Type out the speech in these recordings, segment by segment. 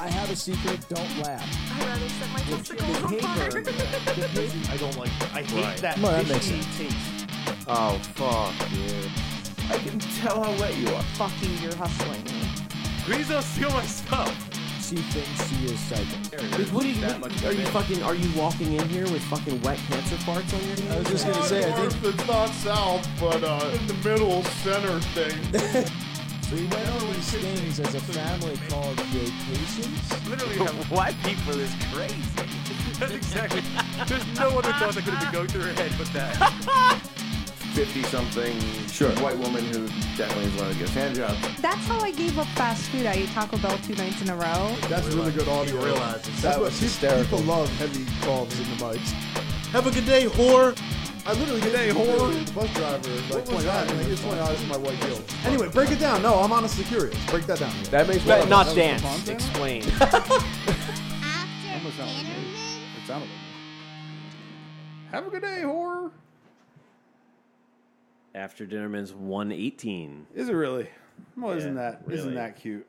I have a secret. Don't laugh. I'd rather set my testicles the on paper. fire. The paper- I don't like that. I hate Right. that Well, that makes fishy taste. Oh, fuck you. I can tell how wet you are. Fuck you, you're hustling me. Please don't steal my stuff. see things, see is psychic. Like, what are you, That what- much are you of it. fucking, are you walking in here with fucking wet cancer farts on your I was hands? just gonna say, I think It's not south, but uh, in the middle center thing. we went on these things as a family called vacations. Literally, have white people is crazy. That's exactly. There's no other thought that could have been going through her head but that. 50 something Sure. white woman who definitely is going to get a hand job. That's how I gave up fast food. I ate Taco Bell two nights in a row. That's really good audio. realizes. That's That what was pe- hysterical. people love heavy calls in the mics. Have a good day, whore. I literally get day, whore. the Bus driver like was twenty that? dollars. Like, it's twenty dollars for my white guilt. Anyway, break it down. No, I'm honestly curious. Break that down. That makes But one not of us. dance. Explain. After intermission, It sounded like Have a good day, whore. After Dinnerman's 118. Is it really? Well, isn't Yeah, that not really. that cute?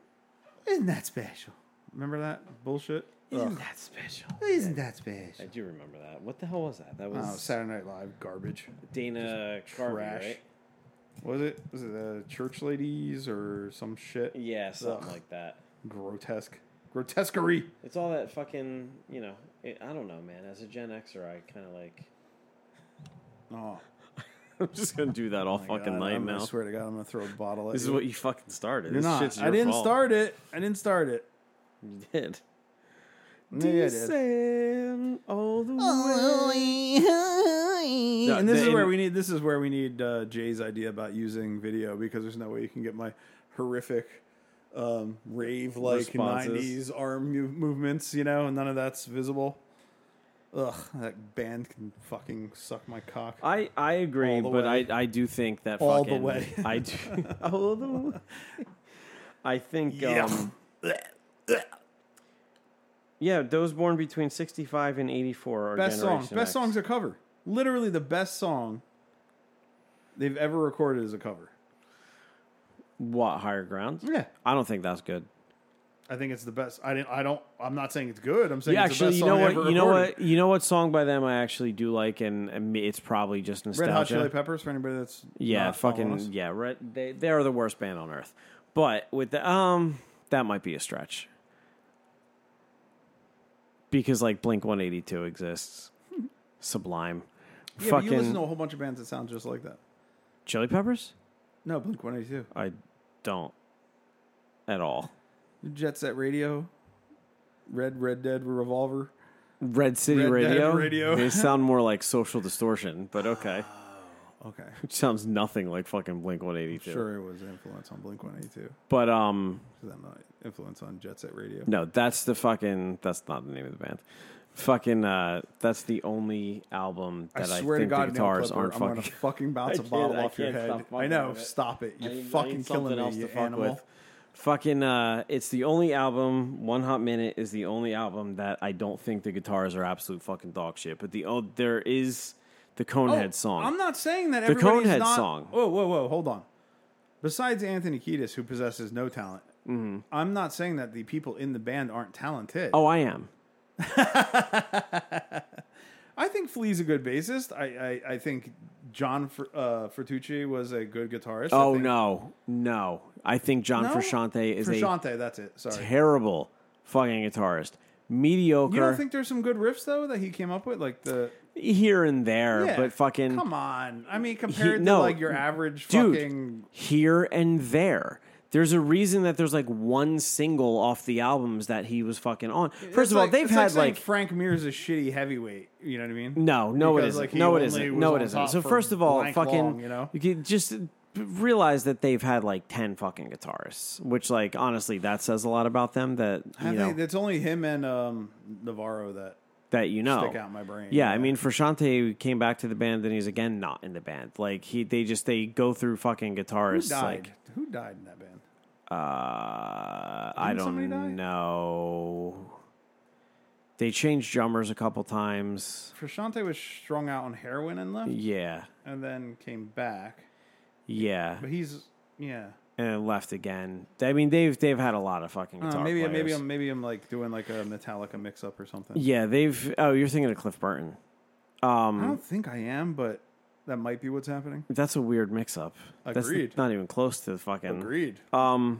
Isn't that special? Remember that bullshit? Isn't that special? Isn't that special? I do remember that. What the hell was that? That was Oh, Saturday Night Live garbage. Dana Carvey, trash. right? Was it? Was it the church ladies or some shit? Yeah, something Ugh. like that. Grotesque. Grotesquerie. It's all that fucking, you know, it, I don't know, man. As a Gen Xer, I kind of like. Oh, I'm just going to do that all my God, I'm gonna- I swear to God, I'm gonna throw a bottle at This you. is what you fucking started. You're this not. shit's I your didn't fault. start it. I didn't start it. You did. Yeah, I did. Descend all the way. and this is where we need. This is where we need uh, Jay's idea about using video because there's no way you can get my horrific um, rave like Responses. '90s arm mov- movements. You know, and none of that's visible. Ugh, that band can fucking suck my cock. I, I agree, All the but way. I, I do think that All the fucking way. I do all the way. I think um yeah, those born between sixty five and eighty four are best song. Generation Best X. song's a cover. Literally the best song they've ever recorded is a cover. what higher ground? Yeah, I don't think that's good. I think it's the best. I didn't. I don't. I'm not saying it's good. I'm saying Yeah, it's actually, you the best song know what? ever You know recorded. what? You know what song by them I actually do like, and, and it's probably just nostalgia. Red Hot Chili Peppers for anybody that's Yeah, not following us. fucking yeah. Red, they they are the worst band on earth. But with the um, that might be a stretch because like Blink One Eighty Two exists, Sublime, Yeah, but you fucking listen to a whole bunch of bands that sound just like that. Chili Peppers. No, Blink One Eighty Two, I don't at all. Jet Set Radio, Red Red Dead Revolver. Red City Red Dead Radio. Radio. They sound more like Social Distortion, but okay, Okay, It sounds nothing like fucking Blink One Eighty Two. sure, it was influence on Blink One Eighty Two. But um, Then uh, influence on Jet Set Radio. No, that's the fucking. That's not the name of the band. Fucking. Uh, that's the only album that I, swear think to God, the nail guitars clipper, aren't I'm fucking. gonna fucking bounce I a bottle can't- I off your can't head. stop fucking I know. with it. Stop it. You I need- I need fucking something killing me, else to you fuck animal. with. Fucking. Uh, it's the only album. One Hot Minute is the only album that I don't think the guitars are absolute fucking dog shit. But the oh, there is the Conehead song. Oh, I'm not saying that The everybody's Conehead not, song. Whoa, whoa, whoa! Hold on. Besides Anthony Kiedis, who possesses no talent, I'm not saying that the people in the band aren't talented. Mm-hmm. Oh, I am. I think Flea's a good bassist. I I, I think John Fr- uh, Fertucci was a good guitarist. I Oh think- no, no. I think John No? Frusciante is a Frusciante, that's it. Sorry. terrible fucking guitarist. Mediocre. you don't think there's some good riffs though that he came up with, like the here and there, Yeah, but fucking Come on, I mean he- compared no, to like your average dude, fucking. here and there. There's a reason that there's like one single off the albums that he was fucking on. First It's of all, like- they've it's like had saying like, Frank Mears a shitty heavyweight. You know what I mean? no, no, it because, isn't. like, he no, it only isn't. was No, it on isn't. top So for first of all, blank fucking long, you know? you could just realize that they've had like ten fucking guitarists, which like honestly that says a lot about them. That you I know think it's only him and um, Navarro that that you know stick out in my brain. Yeah, I mean, Frusciante came back to the band, and he's again not in the band. Like he, they just they go through fucking who guitarists. died? Like who died in that band? Uh, I somebody die? don't know. They changed drummers a couple times. Frusciante was strung out on heroin and left, Yeah, and then came back. yeah. But he's yeah. and left again. I mean, they've they've had a lot of fucking Uh, guitar maybe players. maybe I'm maybe I'm like doing like a Metallica mix up or something. yeah, they've. Oh, you're thinking of Cliff Burton. Um, I don't think I am, but that might be what's happening. That's a weird mix-up. That's Agreed. not even close to the fucking. Agreed. Uh,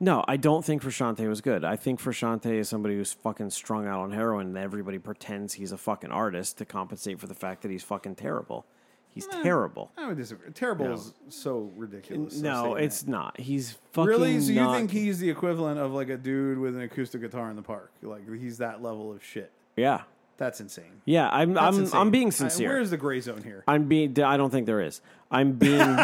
No, I don't think Frashante was good. I think Frashante is somebody who's fucking strung out on heroin, and everybody pretends he's a fucking artist to compensate for the fact that he's fucking terrible. He's Eh. terrible. I would disagree. Terrible is so ridiculous. a No, statement. it's not. He's fucking. really. So you not- think he's the equivalent of like a dude with an acoustic guitar in the park? Like he's that level of shit. Yeah, That's insane. yeah. I'm That's I'm insane. I'm I- being sincere. where's the gray zone here? I'm being. I don't think there is. I'm being.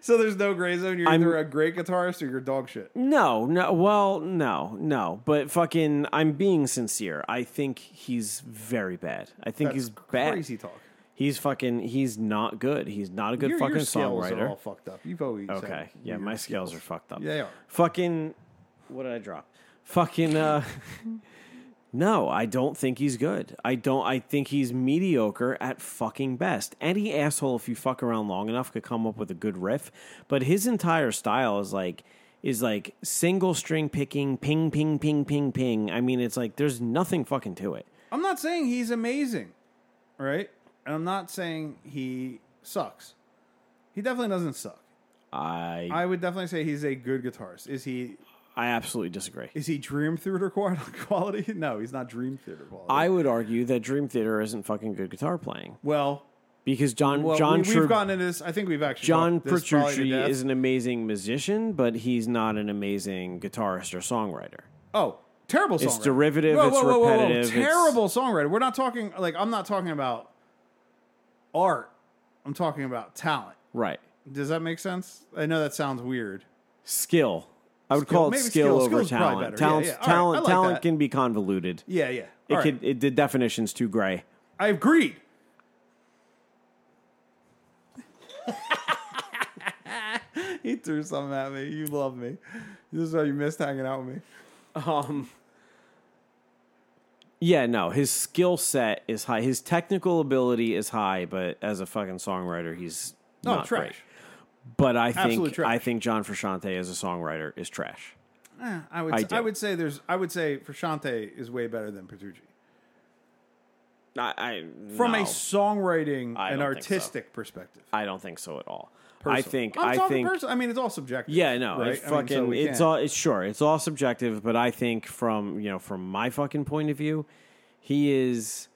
So there's no gray zone. You're I'm- either a great guitarist or you're dog shit. No, no. Well, no, no. But fucking, I'm being sincere. I think he's very bad. I think That's he's bad. crazy talk. He's fucking. He's not good. He's not a good your, fucking your scales songwriter. are all fucked up. You've always had okay. Yeah, weird my scales are fucked up. Yeah, they are. Fucking. What did I drop? Fucking. uh No, I don't think he's good. I don't. I think he's mediocre at fucking best. Any asshole, if you fuck around long enough, could come up with a good riff. But his entire style is like is like single string picking, ping, ping, ping, ping, ping. I mean, it's like there's nothing fucking to it. I'm not saying he's amazing, right? And I'm not saying he sucks. He definitely doesn't suck. I I would definitely say he's a good guitarist. Is he I absolutely disagree. is he Dream Theater qual- quality? No, he's not Dream Theater quality. I would argue that Dream Theater isn't fucking good guitar playing well, because John well John we, Tru- we've gotten into this. I think we've actually John talked this probably to Petrucci death. is an amazing musician, but he's not an amazing guitarist or songwriter. Oh, terrible songwriter. It's derivative, it's repetitive, it's- Terrible songwriter. We're not talking like I'm not talking about art. I'm talking about talent. Right. Does that make sense? I know that sounds weird. Skill. I would Skill. call it Maybe skill, skill. over Skill's probably talent. better. Talent, Yeah, yeah. All right. talent, I like talent that. can be convoluted. Yeah, yeah. It All could. right. It, the definition's too gray. I agreed. he threw something at me. You love me. This is how you missed hanging out with me. Um. Yeah, no. His skill set is high. His technical ability is high, but as a fucking songwriter, he's No, not Oh, trash. great. But I Absolute think trash. I think John Frusciante as a songwriter is trash. Eh, I would. I I do. would say there's. I would say Frashante is way better than Petrucci I, I from a no. songwriting I and don't think so. artistic perspective. I don't think so at all. I Personally. think I'm I talking think person- I mean, it's all subjective. yeah, no, right? it's I mean, so fucking we it's can't- all it's sure it's all subjective, but I think from you know from my fucking point of view, he is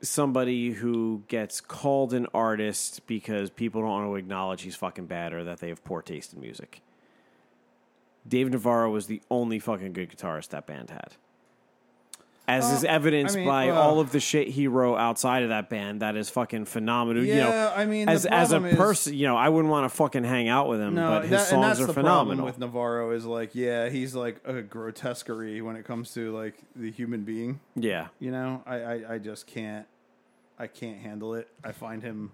somebody who gets called an artist because people don't want to acknowledge he's fucking bad or that they have poor taste in music. Dave Navarro was the only fucking good guitarist that band had. As is evidenced I mean, by well- all of the shit he wrote outside of that band, that is fucking phenomenal. you know, Yeah, I mean, the as as a problem is- person, you know, I wouldn't want to fucking hang out with him, No, but his that- and songs that's are the phenomenal. problem with Navarro is like, yeah, he's like a grotesquerie when it comes to like the human being. yeah, You know, I, I, I just can't, I can't handle it. I find him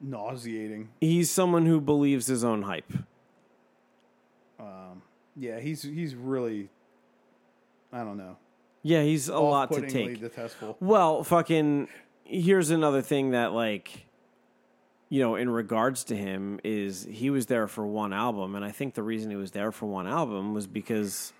nauseating. he's someone who believes his own hype. Yeah, he's he's really, I don't know, Yeah, he's a lot to off-puttingly take. detestable. Well, fucking here's another thing that like you know, in regards to him is he was there for one album and I think the reason he was there for one album was because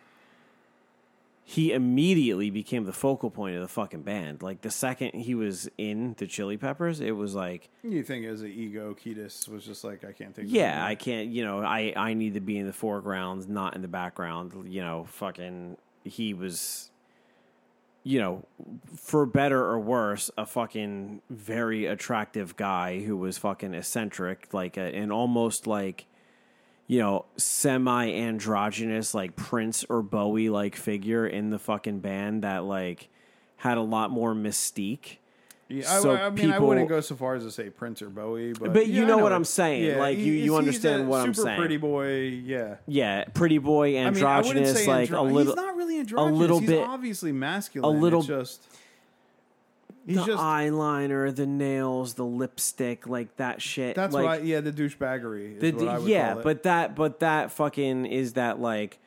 he immediately became the focal point of the fucking band. Like the second he was in the Chili Peppers, it was like, You think as an ego, Ketis was just like, I can't take. this yeah, anymore. I can't, you know, I I need to be in the foreground, not in the background, you know, fucking he was you know, for better or worse, a fucking very attractive guy who was fucking eccentric, like a, an almost like, you know, semi androgynous, like Prince or Bowie like figure in the fucking band that like had a lot more mystique. Yeah, I, So I mean, I people- wouldn't go so far as to say Prince or Bowie, but But you yeah, I know what it. I'm saying. Like, you- he- you he's- he's understand a what I'm super saying. Pretty boy, yeah. Yeah, pretty boy, I mean, I wouldn't androgynous, say like andro- a little. He's not really androgynous. little he's bit- obviously masculine. little- It's just he's the just eyeliner, the nails, the lipstick, like that shit. that's like, why. Yeah, the douchebaggery. Is The- what I would yeah, call it. but that but that fucking is that like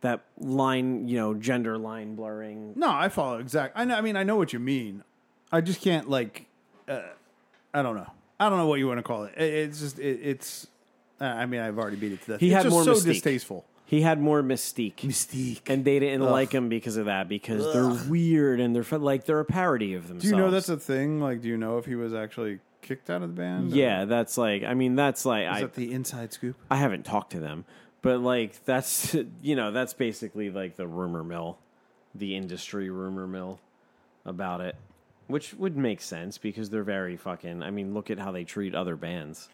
that line, you know, gender line blurring. no, I follow exact. I know. I mean, I know what you mean. I just can't like. Uh, I don't know. I don't know what you want to call it. It- It's just it, it's Uh, I mean, I've already beat it to death. He it's had just more so mystique. distasteful. He had more mystique. Mystique. and they didn't like him because of that because they're weird and they're fu- like they're a parody of themselves. do you know that's a thing? Like, do you know if he was actually kicked out of the band? yeah? That's like I mean that's like Is I that the inside scoop? I haven't talked to them, but like that's you know that's basically like the rumor mill, the industry rumor mill about it, which would make sense because they're very fucking. I mean, look at how they treat other bands.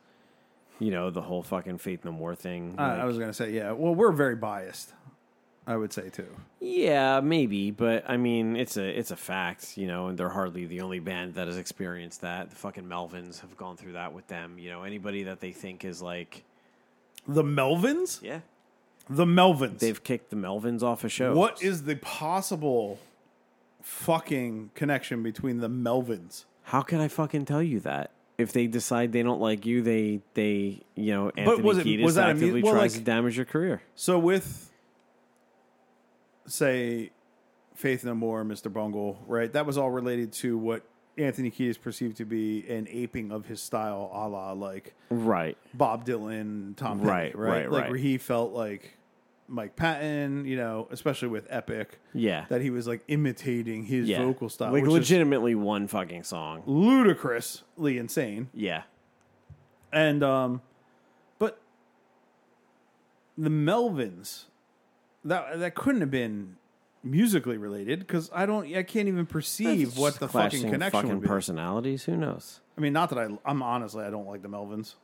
You know the whole fucking Faith No More thing. Uh, I- I was gonna say yeah. Well, we're very biased. I would say too. Yeah, maybe, but I mean, it's a it's a fact, you know, and they're hardly the only band that has experienced that. The fucking Melvins have gone through that with them, you know. Anybody that they think is like, The Melvins? yeah, The Melvins. they've kicked the Melvins off a show. What is the possible fucking connection between the Melvins? How could I fucking tell you that? If they decide they don't like you, they they you know Anthony was it- Kiedis was that a mu- actively well, tries like- to damage your career. So with say Faith No More, Mr. Bungle, right? That was all related to what Anthony Kiedis perceived to be an aping of his style, a la like Right. Bob Dylan, Tom Petty, Right, right, right, Like right. where he felt like Mike Patton, you know, especially with Epic, Yeah. that he was like imitating his yeah. vocal style, like which is legitimately one fucking song. ludicrously insane. Yeah. And um but the Melvins that that couldn't have been musically related cuz I don't I can't even perceive what Just the clashing fucking connection fucking would be. personalities. Who knows? I mean not that I I'm honestly I don't like the Melvins.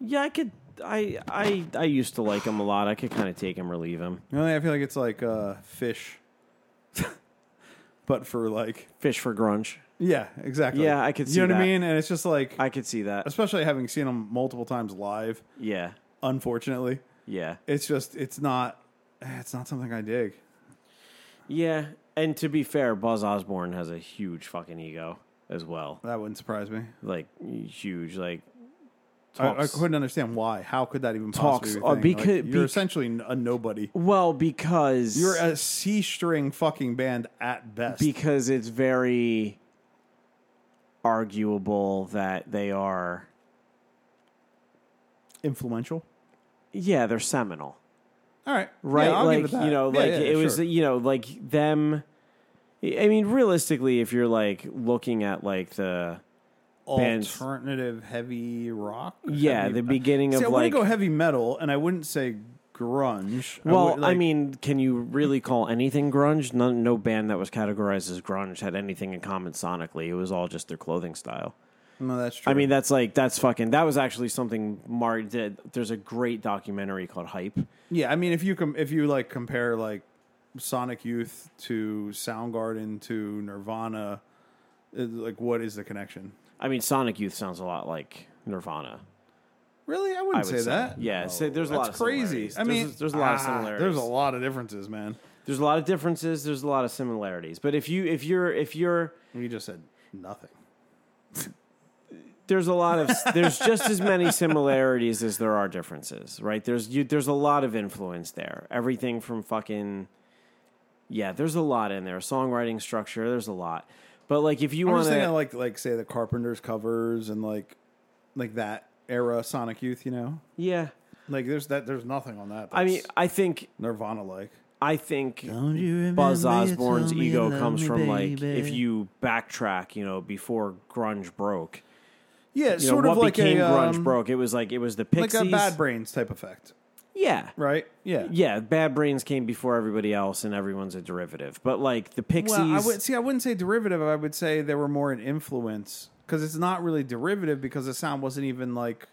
Yeah, I could. I I I used to like him a lot. I could kind of take him or leave him. Really I feel like it's like uh fish but for like Fish for grunge. yeah, exactly. Yeah, I could see You know what that. I mean? And it's just like I could see that. especially having seen them multiple times live, Yeah, unfortunately. yeah, It's just it's not it's not something I dig. yeah. And to be fair, Buzz Osborne has a huge fucking ego as well. That wouldn't surprise me. Like huge. Like I, I talks- couldn't understand why. How could that even Talks- possibly be uh, a thing? Like, becau- you're bec- essentially n- a nobody. well, because You're a C string fucking band at best. because it's very arguable that they are. Influential. Yeah, they're seminal. All right, right? Yeah, I'll like give it that. you know, Yeah, like yeah, it was sure. you know, like them. I mean, realistically, if you're like looking at like the bands- alternative heavy rock. yeah, heavy the beginning See, of I like wouldn't go heavy metal, and I wouldn't say grunge. well, I, would, like, mean, can you really call anything grunge? No, no band that was categorized as grunge had anything in common sonically. It was all just their clothing style. no, that's true. I mean, that's like that's fucking. That was actually something Mark did. There's a great documentary called Hype. yeah, I mean, if you com- if you like compare like Sonic Youth to Soundgarden to Nirvana, uh, like what is the connection? I mean, Sonic Youth sounds a lot like Nirvana. Really, I wouldn't I would say, say. that. Yeah, say there's a lot That's of crazy. similarities. I There's- mean, there's a lot of ah, similarities. There's a lot of differences, man. There's a lot of differences. There's a lot of similarities. But if you if you're if you're You just said nothing. there's a lot of there's just as many similarities as there are differences, right? There's you there's a lot of influence there. Everything from fucking yeah, there's a lot in there. Songwriting structure, there's a lot. But like if you I'm want just thinking to like like say the Carpenters covers and like like that era Sonic Youth. You know, yeah, like there's that there's nothing on that. I mean, that's I think Nirvana like. I think Buzz Osborne's ego comes from like if you backtrack, you know, before grunge broke. Yeah, You sort know, of what like became a grunge um, broke. It was like it was the like Pixies. a Bad Brains type effect, yeah. right? Yeah, Yeah, Bad Brains came before everybody else, and everyone's a derivative. But like the Pixies, Well, I would see. I wouldn't say derivative. I would say they were more an influence because it's not really derivative because the sound wasn't even like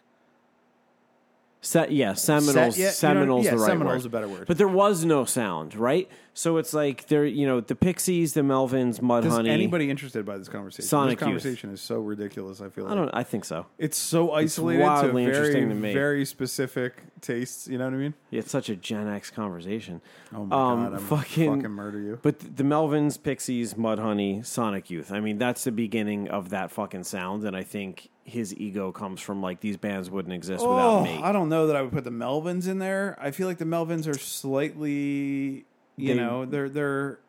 se- yeah, Seminoles, Set- yeah, you know, Seminoles, yeah, the right Seminole's word. a better word. But there was no sound, right? So it's like there, you know, the Pixies, the Melvins, Mudhoney. Is anybody interested by this conversation? Sonic this Youth. conversation is so ridiculous. I feel like I don't. I think so. it's so isolated wildly to very, interesting to me. very specific tastes. You know what I mean? It's such a Gen X conversation. Um, Oh my God, I'm gonna fucking murder you. But th- the Melvins, Pixies, Mudhoney, Sonic Youth. I mean, that's the beginning of that fucking sound, and I think his ego comes from like these bands wouldn't exist without me. Oh, I don't know that I would put the Melvins in there. I feel like the Melvins are slightly, you They- know, they're they're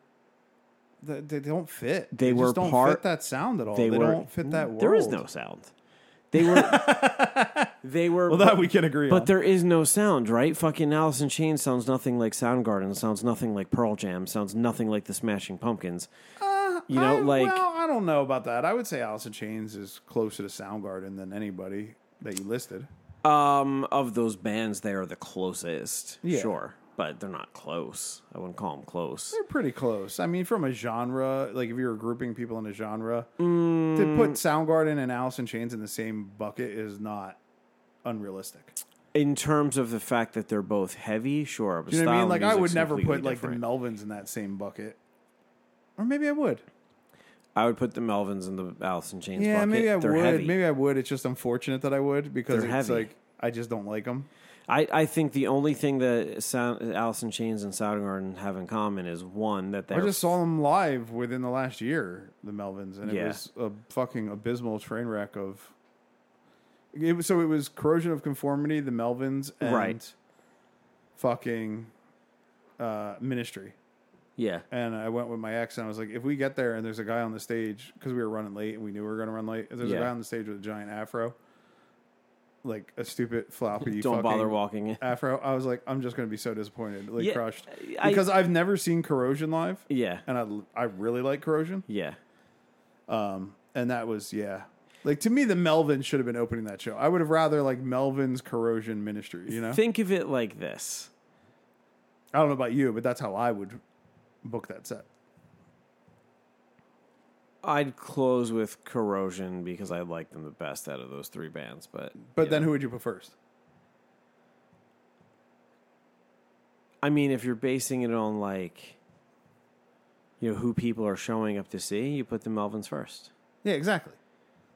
they, they don't fit. They just were don't part- fit that sound at all. They, they were don't fit that. World. There is no sound. They were They were Well, that we can agree But on. there is no sound, right? Fucking Alice in Chains sounds nothing like Soundgarden. Sounds nothing like Pearl Jam. Sounds nothing like the Smashing Pumpkins. you know, Uh, I- like well, I don't know about that. I would say Alice in Chains is closer to Soundgarden than anybody that you listed. um, of those bands, they are the closest. Yeah. Sure, but they're not close. I wouldn't call them close. They're pretty close. I mean, from a genre, like if you were grouping people in a genre, to Mm. put Soundgarden and Alice in Chains in the same bucket is not unrealistic. In terms of the fact that they're both heavy, sure. But You know what I mean? style Like of I would music's never put completely like different. the Melvins in that same bucket, or maybe I would. I would put the Melvins and the Alice in Chains. Yeah, bucket. maybe I They're would. Heavy. Maybe I would. It's just unfortunate that I would because They're it's heavy. like I just don't like them. I, I think the only thing that sound, Alice in Chains and Soundgarden have in common is one that they're I just saw them live within the last year, the Melvins, and it Yeah. was a fucking abysmal train wreck of. It was, so it was corrosion of conformity, the Melvins, and Right. fucking uh, ministry. yeah And I went with my ex, and I was like, if we get there and there's a guy on the stage because we were running late and we knew we were going to run late, if there's Yeah. a guy on the stage with a giant afro, like a stupid floppy. don't bother fucking- walking in. afro, I was like, I'm just gonna be so disappointed, like Yeah, crushed, I- because I've never seen Corrosion live, Yeah. and I I really like Corrosion, Yeah. and that was yeah, like to me the Melvins should have been opening that show. I would have rather like Melvin's Corrosion Ministry, you know. Think of it like this. I don't know about you, but that's how I would book that set. I'd close with Corrosion because I like them the best out of those three bands, but But you then know. who would you put first? I mean, if you're basing it on like you know who people are showing up to see, you put the Melvins first. Yeah, exactly.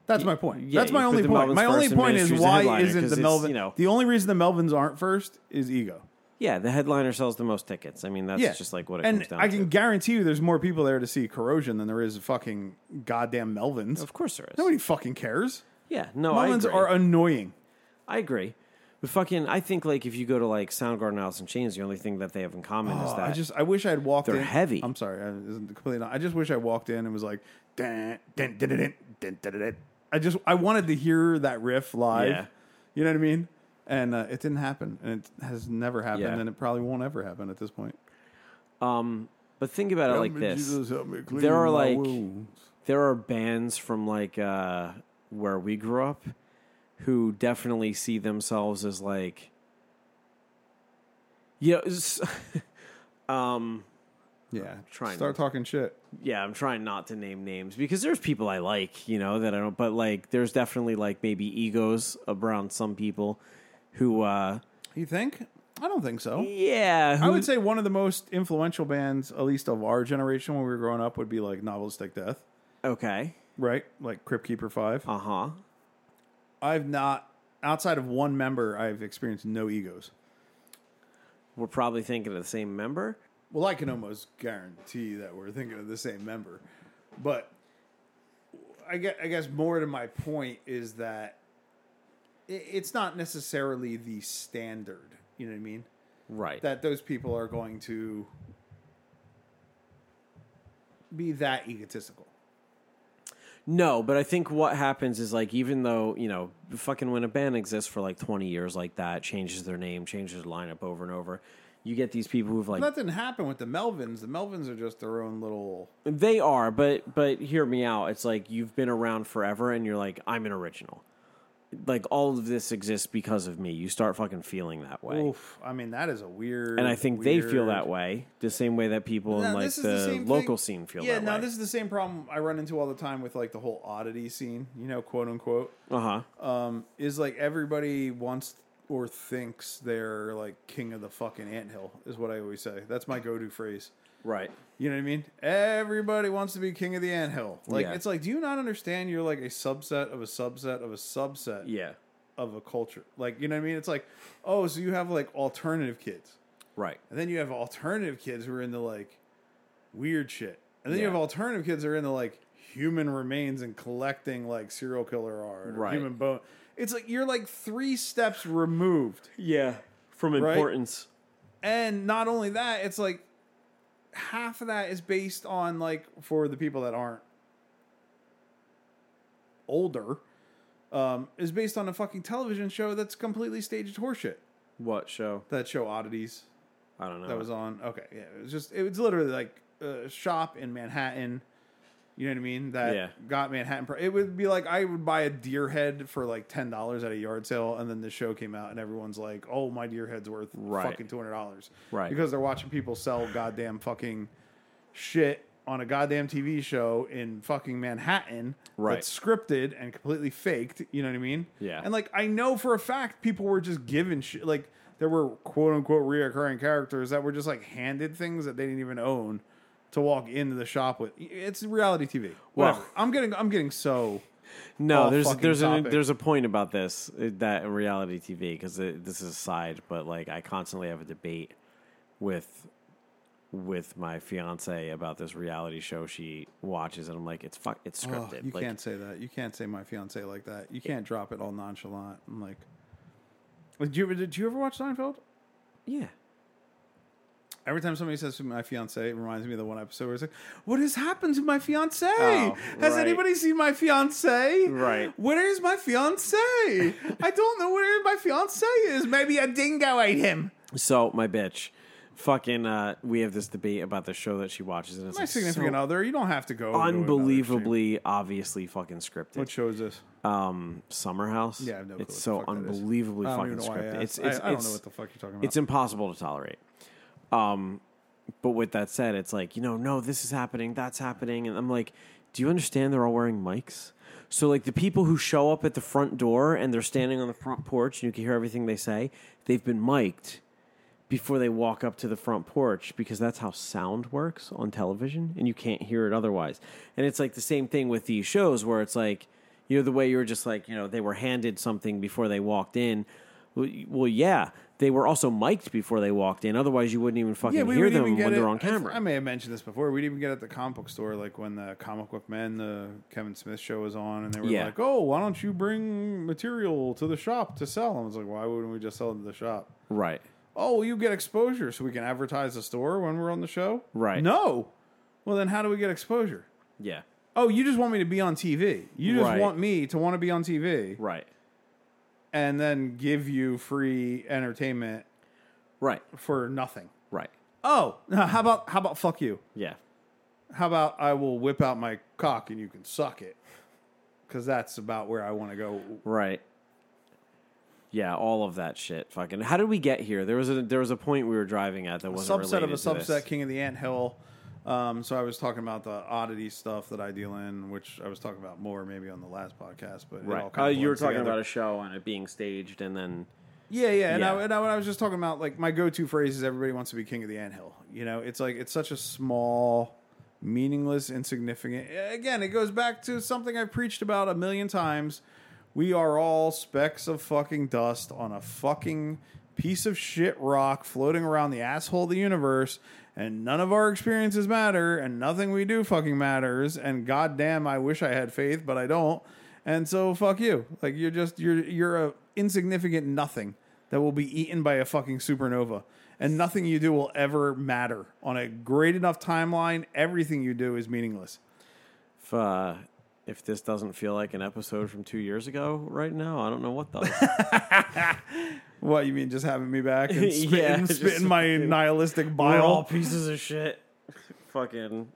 That's my point. yeah, that's my you put only the point. Melvins My only first and point is Ministry's the why headliner, isn't 'cause the it's, Melvin? you know- the only reason the Melvins aren't first is ego. Yeah, the headliner sells the most tickets. I mean, that's yeah. just like what it and comes down I can to. guarantee you, there's more people there to see Corrosion than there is fucking goddamn Melvins. of course there is. Nobody fucking cares. yeah, no, I Melvins agree. are annoying. I agree. But fucking, I think like if you go to like Soundgarden, Alice in Chains, the only thing that they have in common is Oh, that I just I wish I'd walked. they're in. heavy. I'm sorry, I it isn't completely. Not, I just wish I walked in and was like, dun, dun, dun, dun, dun, dun, dun, dun. I just I wanted to hear that riff live. Yeah. You know what I mean? And uh, it didn't happen, and it has never happened, Yeah. and it probably won't ever happen at this point. Um, but think about it like this: There are, like- there are bands from like uh, where we grew up who definitely see themselves as like, you know, s- um, yeah, trying- start talking shit. yeah. I'm trying not to name names because there's people I like, you know, that I don't. But like, there's definitely like maybe egos around some people who, uh, You think? I don't think so. yeah, who, I would say one of the most influential bands, at least of our generation when we were growing up, would be like Novelistic Death, okay, right? Like Crypt Keeper Five. uh huh, I've not, outside of one member, I've experienced no egos. we're probably thinking of the same member. Well, I can almost guarantee that we're thinking of the same member, but I guess, I guess more to my point is that i- it's not necessarily the standard. You know what I mean? Right. That those people are going to be that egotistical. No, but I think what happens is like even though, you know, fucking when a band exists for like 20 years like that, changes their name, changes their lineup over and over, you get these people who've like That didn't happen with the Melvins. The Melvins are just their own little. they are, but but hear me out. It's like you've been around forever and you're like I'm an original. Like all of this exists because of me. You start fucking feeling that way. Oof. I mean, that is a weird. And I think they feel weird- that way, the same way that people in Now, like this the, is same local thing- scene feel yeah, that now way. this is the same problem I run into all the time with like the whole oddity scene, you know, quote unquote, uh-huh. is like everybody wants or thinks they're like king of the fucking anthill, is what I always say. That's my go to phrase. Right. You know what I mean? Everybody wants to be king of the anthill. Like, Yeah. it's like, do you not understand you're like a subset of a subset of a subset Yeah. of a culture? Like, you know what I mean? It's like, oh, so you have like alternative kids. Right. And then you have alternative kids who are into like weird shit. And then you Yeah. have alternative kids who are into like human remains and collecting like serial killer art or Right. human bone. It's like you're like three steps removed. Yeah. From Right? importance. And not only that, it's like half of that is based on like for the people that aren't older um, is based on a fucking television show that's completely staged horseshit. What show? That show Oddities I don't know. that was on. Okay, yeah, it was just it was literally like a shop in Manhattan. You know what I mean? That Yeah. got Manhattan. Pro- it would be like I would buy a deer head for like ten dollars at a yard sale, and then the show came out, and everyone's like, "Oh, my deer head's worth Right. fucking two hundred dollars," Right. Because they're watching people sell goddamn fucking shit on a goddamn TV show in fucking Manhattan Right. that's scripted and completely faked. You know what I mean? Yeah. And like I know for a fact people were just given shit. Like there were quote unquote reoccurring characters that were just like handed things that they didn't even own to walk into the shop with. It's reality TV. Whatever. Well- I'm getting I'm getting so no, all there's fucking there's an, topic. there's a point about this uh, that in reality TV because this is a side, but like I constantly have a debate with with my fiance about this reality show she watches, and I'm like, it's fuck, it's Oh, scripted. you like, can't say that. You can't say my fiance like that. You can't drop it all nonchalant. I'm like, did you ever, did you ever watch Seinfeld? Yeah. Every time somebody says to my fiance, it reminds me of the one episode where it's like, "What has happened to my fiance? Oh, has right. anybody seen my fiance? Right. Where is my fiance? I don't know where my fiance is. Maybe a dingo ate him. So my bitch, fucking, uh, we have this debate about the show that she watches, and it's My like, so significant other. You don't have to go. to another extreme. unbelievably, obviously, fucking scripted. What show is this? um Summer House. Yeah, I have no clue It's what so the fuck that is. unbelievably I don't fucking even know why I scripted. asked. It's it's I, I don't it's, know what the fuck you're talking about. it's impossible to tolerate. Um, but with that said, it's like you know, no, this is happening, that's happening, and I'm like, do you understand they're all wearing mics? So like the people who show up at the front door and they're standing on the front porch and you can hear everything they say, they've been mic'd before they walk up to the front porch because that's how sound works on television and you can't hear it otherwise. And it's like the same thing with these shows where it's like, you know, the way you were just like, you know, they were handed something before they walked in. Well, y- well, yeah, they were also mic'd before they walked in. Otherwise, you wouldn't even fucking hear wouldn't them even get when it- they're on I th- camera. I may have mentioned this before. We'd even get it at the comic book store, like when the comic book men, the Kevin Smith show was on, and they were Yeah. like, "Oh, why don't you bring material to the shop to sell?" And I was like, "Why wouldn't we just sell it to the shop?" right. Oh, well, you get exposure, so we can advertise the store when we're on the show. Right. No. Well, then how do we get exposure? Yeah. Oh, you just want me to be on TV. You just Right. want me to want to be on TV, Right. and then give you free entertainment Right. for nothing. Right. Oh, how about how about fuck you? Yeah. how about I will whip out my cock and you can suck it? Because that's about where I want to go. Right. Yeah, all of that shit. Fucking. How did we get here? There was a there was a point we were driving at that wasn't subset of a related to subset, this. King of the Ant Hill. Um, so I was talking about the oddity stuff that I deal in, which I was talking about more maybe on the last podcast, but it all Right. kind Uh, of you were blends talking together. about a show and it being staged, and then Yeah, yeah. And, I, Yeah. and I, when I was just talking about like my go-to phrase is everybody wants to be king of the anthill. You know, it's like it's such a small, meaningless, insignificant. Again, it goes back to something I preached about a million times. We are all specks of fucking dust on a fucking piece of shit rock floating around the asshole of the universe, and none of our experiences matter, and nothing we do fucking matters. And goddamn, I wish I had faith, but I don't. And so fuck you. Like you're just you're you're a insignificant nothing that will be eaten by a fucking supernova. And nothing you do will ever matter. On a great enough timeline, everything you do is meaningless. if uh, if this doesn't feel like an episode from two years ago right now, I don't know what the What you mean just having me back and spitting, Yeah, just spitting my nihilistic we're all bile? pieces of shit. Fucking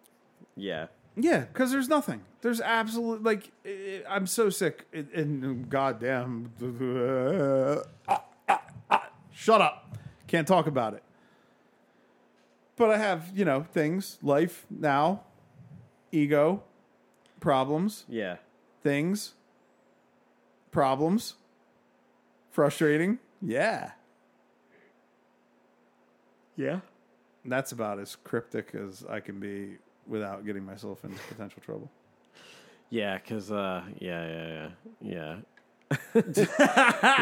yeah. Yeah, because there's nothing. There's absolute like i I'm so sick and, and goddamn. Ah, ah, ah. shut up. Can't talk about it. But I have you know things, life now, ego, problems, Yeah. things, problems, frustrating. Yeah, Yeah. that's about as cryptic as I can be without getting myself into potential trouble. Yeah, cause uh, yeah, yeah, yeah, yeah.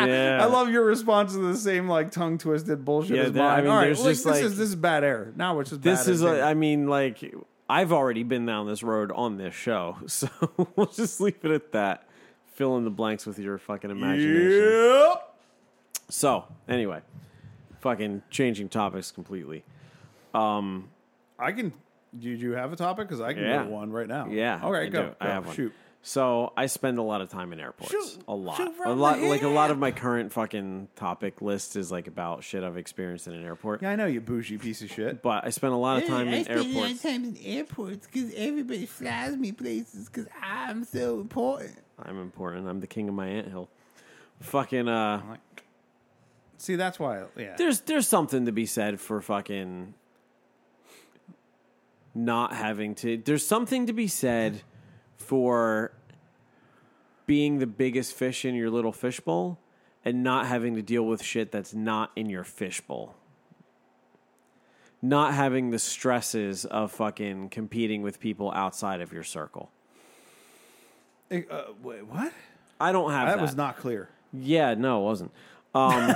yeah. I love your response to the same like tongue twisted bullshit Yeah, as there- mine. I mean, All right, there's like, just, this like- is this is bad air. Now which is this bad is. entertainment. A, I mean, like I've already been down this road on this show, so we'll just leave it at that. Fill in the blanks with your fucking imagination. Yep. So anyway, fucking changing topics completely. Um, I can. Do you have a topic? Because I can Yeah. go one right now. Yeah, All I right, go. do. I go. have one. Shoot. So I spend a lot of time in airports. Shoot- a lot. shoot A from lot the like a lot of hip. my current fucking topic list is like about shit I've experienced in an airport. Yeah, I know you bougie piece of shit. But I spent a lot of time I in spend a lot airports. of time in airports because everybody flies me places because I'm so important. I'm important. I'm the king of my anthill. Fucking uh I'm like, see, that's why. Yeah, there's there's something to be said for fucking not having to there's something to be said for being the biggest fish in your little fishbowl and not having to deal with shit that's not in your fishbowl not having the stresses of fucking competing with people outside of your circle Eh, uh, wait, what? i don't have that, That was not clear. yeah no it wasn't um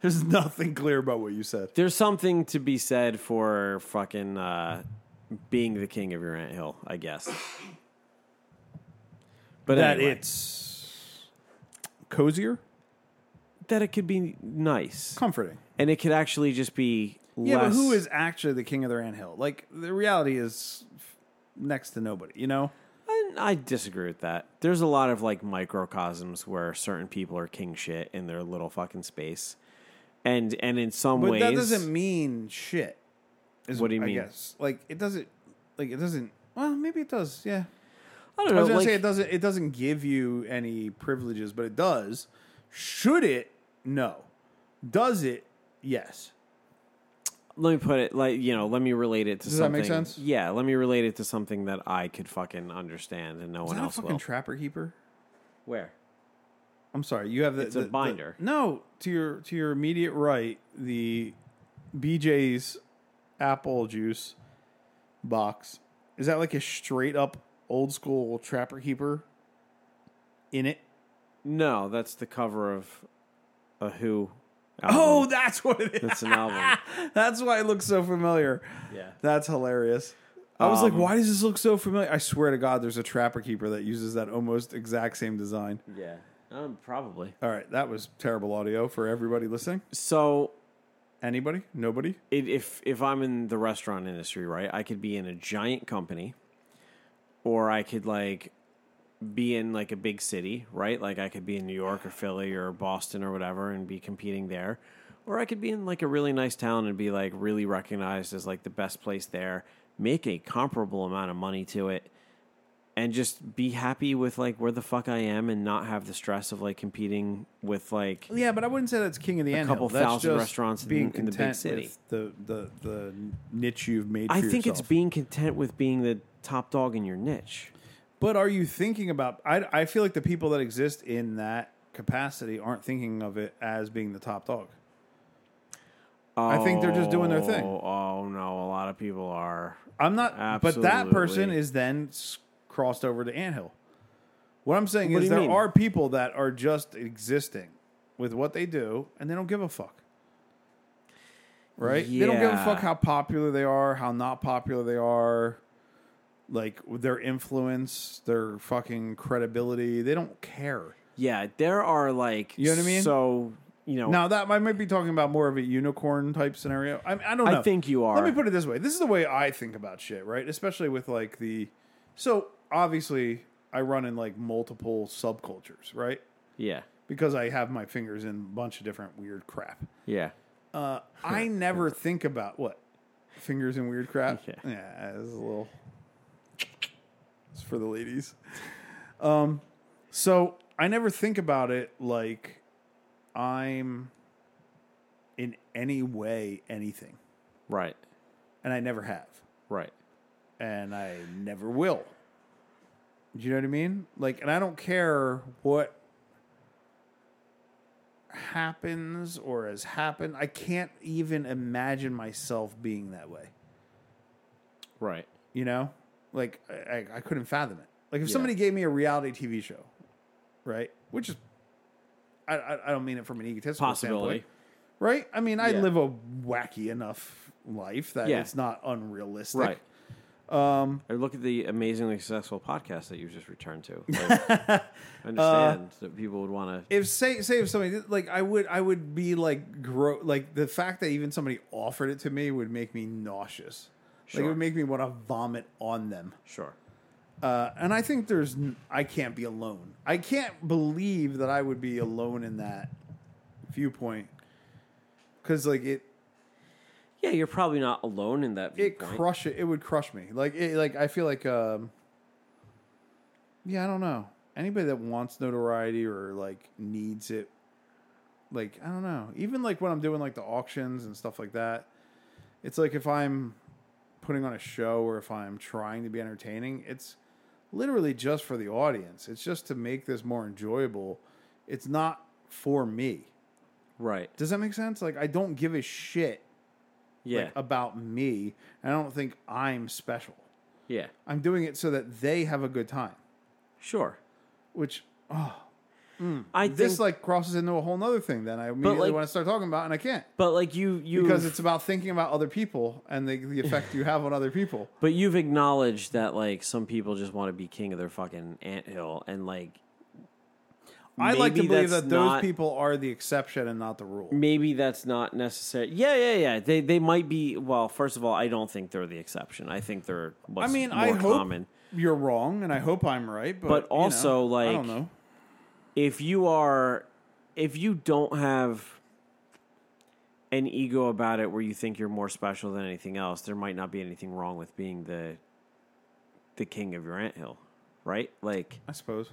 There's nothing clear about what you said. there's something to be said for fucking uh, being the king of your anthill, I guess. But That anyway, it's cozier, that it could be nice, comforting. and it could actually just be Yeah, less. but who is actually the king of the anthill? Like the reality is f- next to nobody. You know, I, I disagree with that. There's a lot of like microcosms where certain people are king shit in their little fucking space, and and in some but ways that doesn't mean shit. Is What do you I mean? Guess. Like it doesn't. Like it doesn't. Well, maybe it does. Yeah, I don't I know. was gonna like, say it doesn't. It doesn't give you any privileges, but it does. Should it? No. Does it? Yes. let me put it like you know let me relate it to Does that something make sense? yeah let me relate it to something that i could fucking understand and no Is one that a else fucking will trapper keeper? where I'm sorry. You have the, It's a the- the- binder. no, to your to your immediate right, the BJ's apple juice box. Is that like a straight up old school trapper keeper in it? No, that's the cover of a Who. Oh, album. that's what it is. that's an album. That's why it looks so familiar. Yeah. Um, That's hilarious. I was like, why does this look so familiar? I swear to God, there's a trapper keeper that uses that almost exact same design. Yeah. Um, probably. All right, that was terrible audio for everybody listening. So, Anybody? Nobody? it, if if I'm in the restaurant industry, right, I could be in a giant company, or I could like be in like a big city, right? Like I could be in New York or Philly or Boston or whatever, and be competing there, or I could be in like a really nice town and be like really recognized as like the best place there, make a comparable amount of money to it, and just be happy with like where the fuck I am and not have the stress of like competing with like Yeah, but I wouldn't say that's king of the A end. couple thousand restaurants in- being in the big content city. with The, the the niche you've made. For I think it's yourself. being content with being the top dog in your niche. But are you thinking about? I I feel like the people that exist in that capacity aren't thinking of it as being the top dog. I think they're just doing their thing. Oh, oh, no, a lot of people are. I'm not, but that person Absolutely. is then s- crossed over to Anthill. What I'm saying What do is you there mean? are people that are just existing with what they do and they don't give a fuck. Right? They don't give a Yeah. fuck how popular they are, how not popular they are, like their influence, their fucking credibility. They don't care. Yeah, there are like You know what I mean? So you know, Now that I might be talking about more of a unicorn type scenario. I, I don't I know. think you are. Let me put it this way: this is the way I think about shit, right? Especially with like the. So obviously, I run in like multiple subcultures, right? yeah, Because I have my fingers in a bunch of different weird crap. yeah. Uh, I never think about what fingers in weird crap. Yeah. Yeah, it's a little. It's for the ladies. Um, so I never think about it like I'm in any way anything, Right, and I never have, right. and I never will. Do you know what I mean? Like, and I don't care what happens or has happened. I can't even imagine myself being that way. Right. You know, like I, I- I couldn't fathom it. Like if somebody gave me a reality TV show, right? Which is, I, I, I don't mean it from an egotistical Possibility. standpoint, right? I mean, I Yeah. live a wacky enough life that Yeah. it's not unrealistic. Right. Um, I look at the amazingly successful podcast that you just returned to. Like, Uh, I understand that people would want to. If say say if somebody did- like I would I would be like grow like the fact that even somebody offered it to me would make me nauseous. Like it Sure. would make me want to vomit on them. Sure. Uh, and I think there's, n- I can't be alone. I can't believe that I would be alone in that viewpoint. Because, like, it, Yeah, you're probably not alone in that it viewpoint. crush it. It would crush me. Like it, like I feel like um yeah, I don't know. Anybody that wants notoriety or like needs it like I don't know. Even like when I'm doing like the auctions and stuff like that, it's like if I'm putting on a show or if I'm trying to be entertaining, it's literally just for the audience. It's just to make this more enjoyable. It's not for me. right. Does that make sense? Like I don't give a shit Yeah. like, about me. And I don't think I'm special. yeah. I'm doing it so that they have a good time, Sure. which I think, this like crosses into a whole nother thing. Then I immediately like- want to start talking about, and I can't but like you, you, because it's about thinking about other people and the, the effect you have on other people. But you've acknowledged that like some people just want to be king of their fucking anthill and like I like to Maybe believe that's that those not- people are the exception and not the rule. maybe that's not necessary. Yeah, yeah, yeah. They they might be well, first of all, I don't think they're the exception. I think they're I what's mean, more I hope common. you're wrong, and I hope I'm right. But, But you know, also, like- I don't know. if you are if you don't have an ego about it where you think you're more special than anything else, there might not be anything wrong with being the the king of your anthill, right? Like I suppose.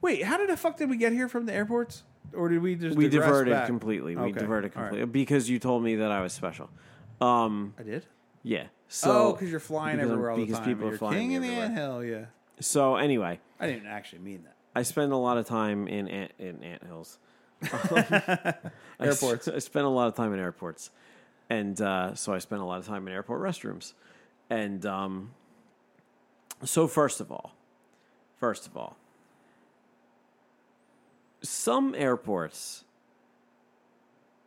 Wait, how did the fuck did we get here from the airports? Or did we just we digress diverted back? completely. We Okay, diverted all right. completely because you told me that I was special. Um, I did. yeah. So Oh, because you're flying because I'm- everywhere all the because time. people are you're flying king me in the everywhere. anthill, yeah. so anyway, I didn't actually mean that. I spend a lot of time in ant, in ant hills. I s- Airports. I, spend a lot of time in airports, and uh, so I spend a lot of time in airport restrooms. And um, so, first of all, first of all, some airports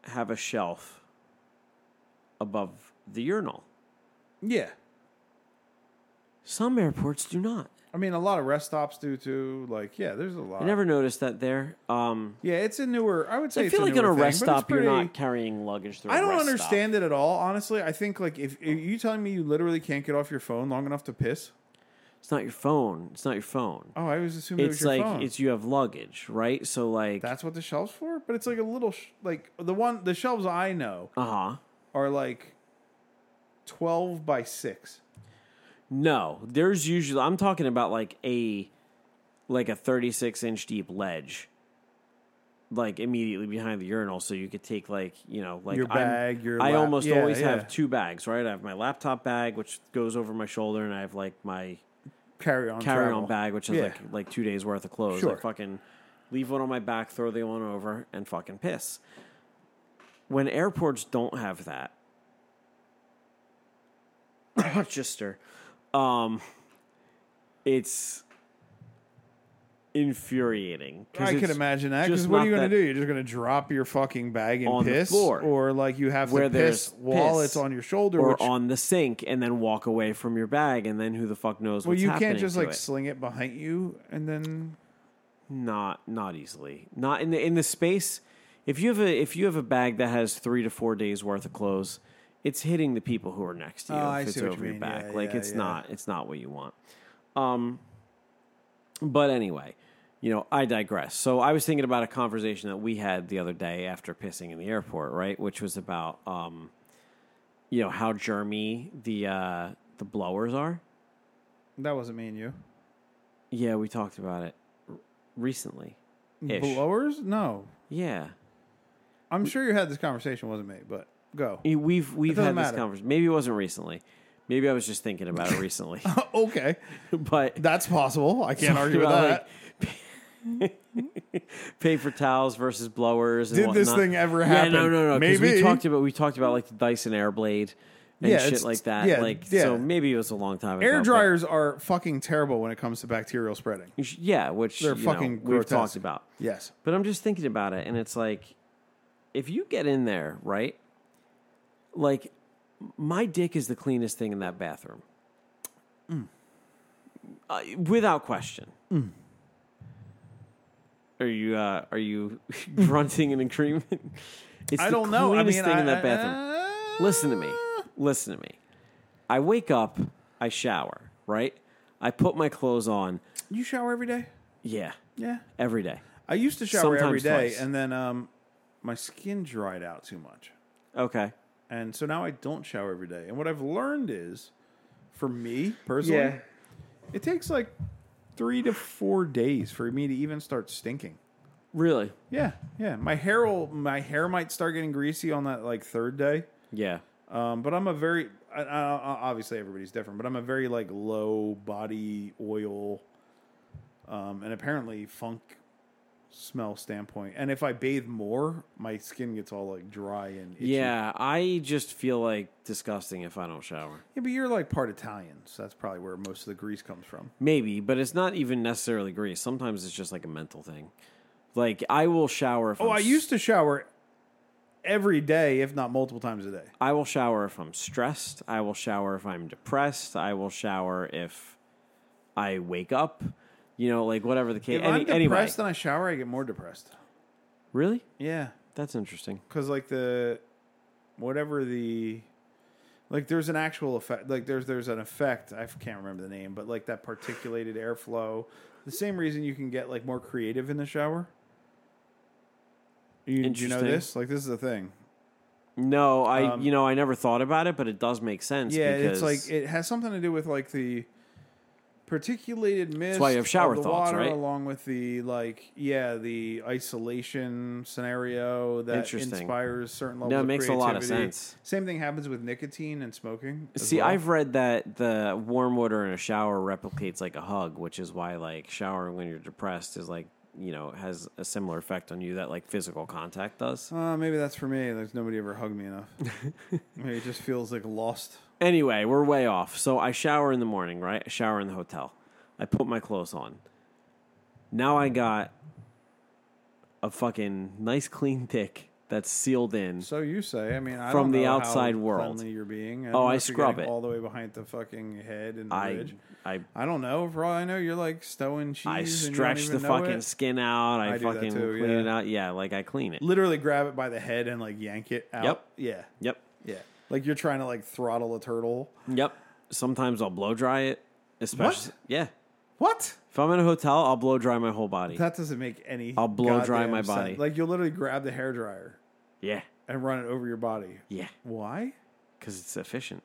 have a shelf above the urinal. Yeah. Some airports do not. I mean, a lot of rest stops do too. Like, yeah, there's a lot. I never noticed that there. Um, yeah, it's a newer. I would say I it's feel like newer at a thing, rest but it's stop, you're pretty- not carrying luggage through. a I don't rest stop. understand it at all, honestly. I think like if, if you telling me you literally can't get off your phone long enough to piss. It's not your phone. It's not your phone. Oh, I was assuming it's it was your like phone. it's you have luggage, right? So like, uh That's what the shelves for. But it's like a little sh- like the one the shelves I know huh. are like twelve by six. No, there's usually I'm talking about like a like a 36 inch deep ledge, like immediately behind the urinal, so you could take like you know like Your I'm- bag, your I lap- almost yeah, always yeah. have two bags, right? I have my laptop bag which goes over my shoulder, and I have like my Carry on. carry travel. on bag, which is Yeah. like like two days worth of clothes. Sure. I fucking leave one on my back, throw the one over, and fucking piss. When airports don't have that, Rochester, um, it's infuriating. 'cause I could it's imagine that. just Because what are not you going to that- do? You're just going to drop your fucking bag and On the piss, floor. or like you have Where to piss there's while piss. it's on your shoulder, Or which, on the sink, and then walk away from your bag, and then who the fuck knows? well, what's you happening can't just to like it. sling it behind you and then not not easily not in the in the space if you have a if you have a bag that has three to four days worth of clothes it's hitting the people who are next to you Oh, if I it's see what you over your mean. back Yeah, like yeah, it's yeah. not it's not what you want um but anyway you know i digress so i was thinking about a conversation that we had the other day after pissing in the airport right which was about um you know how germy the uh the blowers are that wasn't me and you. yeah we talked about it r- recently Ish. Blowers? No, yeah I'm sure you had this conversation. Wasn't me, but go. Yeah, Eh, We've we've doesn't had this matter. conversation. Maybe it wasn't recently. Maybe I was just thinking about it recently. okay, but that's possible. I can't argue with about, that. like, pay for towels versus blowers. And Did this whatnot. thing ever Yeah, no, happen? no, no. 'cause Maybe. we talked about we talked about like the Dyson Airblade and Yeah, shit it's- like that. yeah, like yeah. so, maybe it was a long time ago. Air but- dryers are fucking terrible when it comes to bacterial spreading. yeah, which They're you fucking know, we've talked grotesque. about. Yes. But I'm just thinking about it, and it's like, if you get in there, right? Like, my dick is the cleanest thing in that bathroom, Mm. uh, without question. Are you uh, are you grunting in agreement? It's I the don't know. I cleanest mean, thing I, uh, in that bathroom. Listen to me. Listen to me. I wake up. I shower. Right. I put my clothes on. You shower every day? Yeah, Yeah. every day. I used to shower every Sometimes day, twice. and then um, my skin dried out too much, Okay. and so now I don't shower every day. And what I've learned is, for me personally, it takes like three to four days for me to even start stinking. Really? Yeah, yeah. My hair will, my hair might start getting greasy on that like third day. Yeah. Um, but I'm a very I, I, I- obviously everybody's different, but I'm a very like low body oil, um, and apparently funk smell standpoint. And if I bathe more, my skin gets all like dry and itchy. Yeah. I just feel like disgusting if I don't shower. Yeah, but you're like part Italian, so that's probably where most of the grease comes from. Maybe, but it's not even necessarily grease. Sometimes it's just like a mental thing. Like I will shower if Oh, I'm I used to shower every day, if not multiple times a day. I will shower if I'm stressed. I will shower if I'm depressed. I will shower if I wake up. You know, like whatever the case. If Any, I'm anyway, depressed and I shower, I get more depressed. really, Yeah, that's interesting. because like the whatever the like there's an actual effect like there's there's an effect i can't remember the name but like that particulated airflow the same reason you can get like more creative in the shower you, do you know Interesting. this like this is a thing No, I Um, you know I never thought about it, but it does make sense. yeah because, it's like it has something to do with like the particulated mist why you have shower of the thoughts, water right? along with the like yeah the isolation scenario that Interesting. inspires certain levels no, it of makes a lot of creativity. sense. Same thing happens with nicotine and smoking. as See, well. I've read that the warm water in a shower replicates like a hug, which is why like showering when you're depressed is like you know has a similar effect on you that like physical contact does. Uh, maybe that's for me. There's nobody ever hugged me enough. maybe it just feels like lost. Anyway, we're way off. So I shower in the morning, right? I shower in the hotel. I put my clothes on. Now I got a fucking nice clean dick that's sealed in. So you say? I mean, I From don't the know outside how world. Cleanly you're being. I Oh, don't know I if you're scrub getting it. all the way behind the fucking head and the I ridge. I I don't know. For all I know, you're like stowing cheese. I and you don't stretch the even know fucking it. skin out. I, I do that fucking too, clean yeah. it out. Yeah, like I clean it. Literally grab it by the head and like yank it out. Yep. Yeah. Yep. Yeah. Like you're trying to like throttle a turtle. Yep. Sometimes I'll blow dry it. Especially Yeah. What? If I'm in a hotel, I'll blow dry my whole body. That doesn't make any. I'll blow dry goddamn my sense. body. Like you'll literally grab the hair dryer Yeah. and run it over your body. Yeah. Why? Because it's efficient.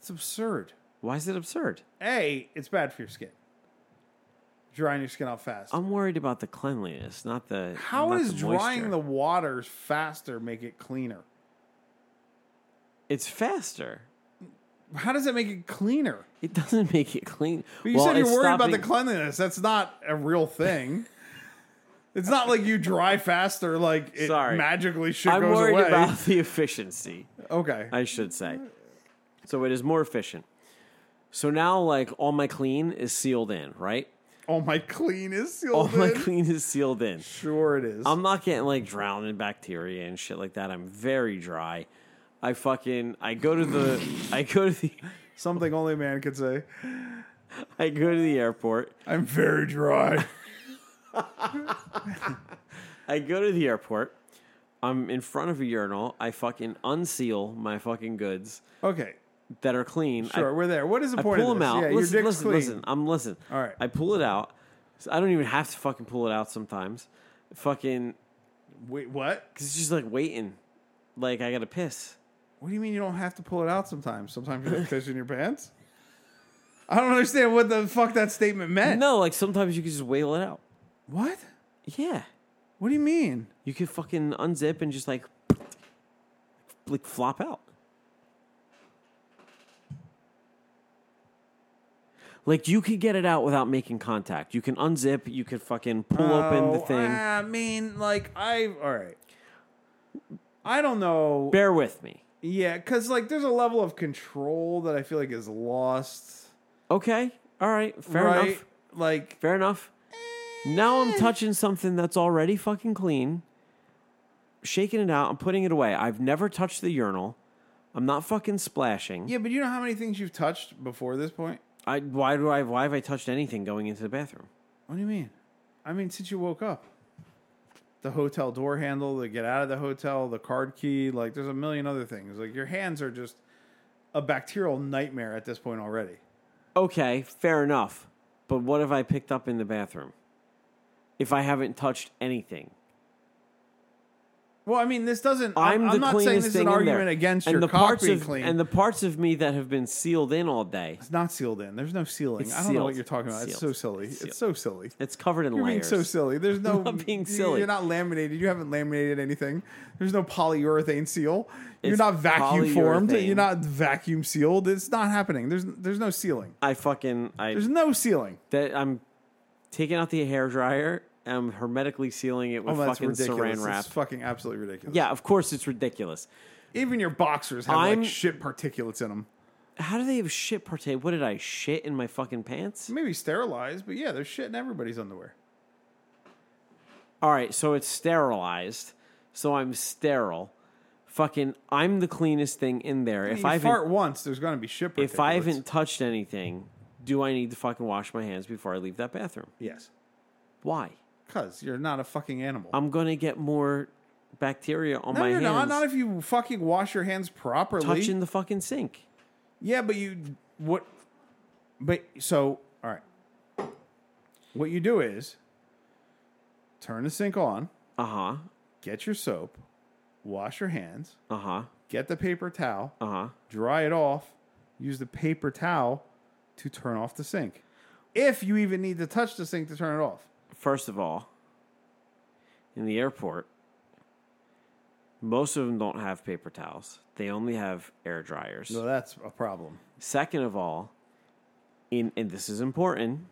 It's absurd. Why is it absurd? A, it's bad for your skin. Drying your skin out fast. I'm worried about the cleanliness, not the How not does the drying moisture. the waters faster make it cleaner? It's faster. How does it make it cleaner? It doesn't make it clean. But you Well, said you're it's worried about the stopping- cleanliness. That's not a real thing. it's not like you dry faster, like it Sorry. magically shit I'm goes worried away. about the efficiency. okay. I should say. So it is more efficient. So now, like all my clean is sealed in, right? all my clean is sealed All my in. clean Um, is sealed in. Sure it is. I'm not getting like drowned in bacteria and shit like that. I'm very dry. I fucking I go to the I go to the Something only a man could say. I go to the airport. I'm very dry. I go to the airport. I'm in front of a urinal. I fucking unseal my fucking goods okay. that are clean. I Sure, we're there. What is the I point pull of them this? out. Yeah, listen, your dick's listen, clean. listen. I'm listen. All right. I pull it out. So I don't even have to fucking pull it out sometimes. Fucking, Wait, what? cause it's just like waiting. Like I gotta piss. What do you mean you don't have to pull it out sometimes? Sometimes you're pissing your pants? I don't understand what the fuck that statement meant. No, like sometimes you can just wail it out. What? Yeah, What do you mean? you could fucking unzip and just like, like flop out. Like you could get it out without making contact. You can unzip. You could fucking pull open the Oh, thing. I mean, like, I. All right. I don't know. Bear with me, Yeah, because, like, there's a level of control that I feel like is lost. okay? All right, fair right? Eh. enough. Like, Fair enough. Now I'm touching something that's already fucking clean, shaking it out, I'm putting it away. I've never touched the urinal. I'm not fucking splashing. yeah, but you know how many things you've touched before this point? I, why do I? Why have I touched anything going into the bathroom? What do you mean? I mean, since you woke up. The hotel door handle, the get out of the hotel, the card key, like there's a million other things. Like your hands are just a bacterial nightmare at this point already. Okay, fair enough. But what have I picked up in the bathroom? If I haven't touched anything, Well, I mean, this doesn't. I'm, I'm, the not cleanest saying this is thing an in argument there. against and your the cock parts being of, clean. and the parts of me that have been sealed in all day. it's not sealed in. There's no sealing. It's I don't know what sealed. you're talking about. It's so Sealed. silly. Sealed. It's so silly. It's covered in You're being layers. so silly. There's no not being you- silly. You're not laminated. You haven't laminated anything. There's no polyurethane seal. You're It's not vacuum formed. polyurethane. You're not vacuum sealed. It's not happening. There's there's no ceiling. I fucking I There's no ceiling. that I'm taking out the hair dryer. I'm hermetically sealing it Oh, with that's fucking ridiculous. saran wrap. It's fucking absolutely ridiculous. yeah, of course it's ridiculous. Even your boxers have I'm- like shit particulates in them. How do they have shit partake? What did I shit in my fucking pants? Maybe sterilized, but yeah, there's shit in everybody's underwear. All right, so it's sterilized. So I'm sterile. Fucking, I'm the cleanest thing in there. If you I fart haven't, once, there's going to be shit particulates. if I haven't touched anything, do I need to fucking wash my hands before I leave that bathroom? Yes. Why? Because you're not a fucking animal. I'm gonna get more bacteria on no, my you're hands. not. Not if you fucking wash your hands properly. touching the fucking sink. Yeah, but you what? But so all right. What you do is turn the sink on, Uh huh. get your soap, wash your hands, Uh huh. get the paper towel, Uh huh. dry it off, use the paper towel to turn off the sink. If you even need to touch the sink to turn it off. First of all, in the airport, most of them don't have paper towels. They only have air dryers. So that's a problem. Second of all, in and this is important,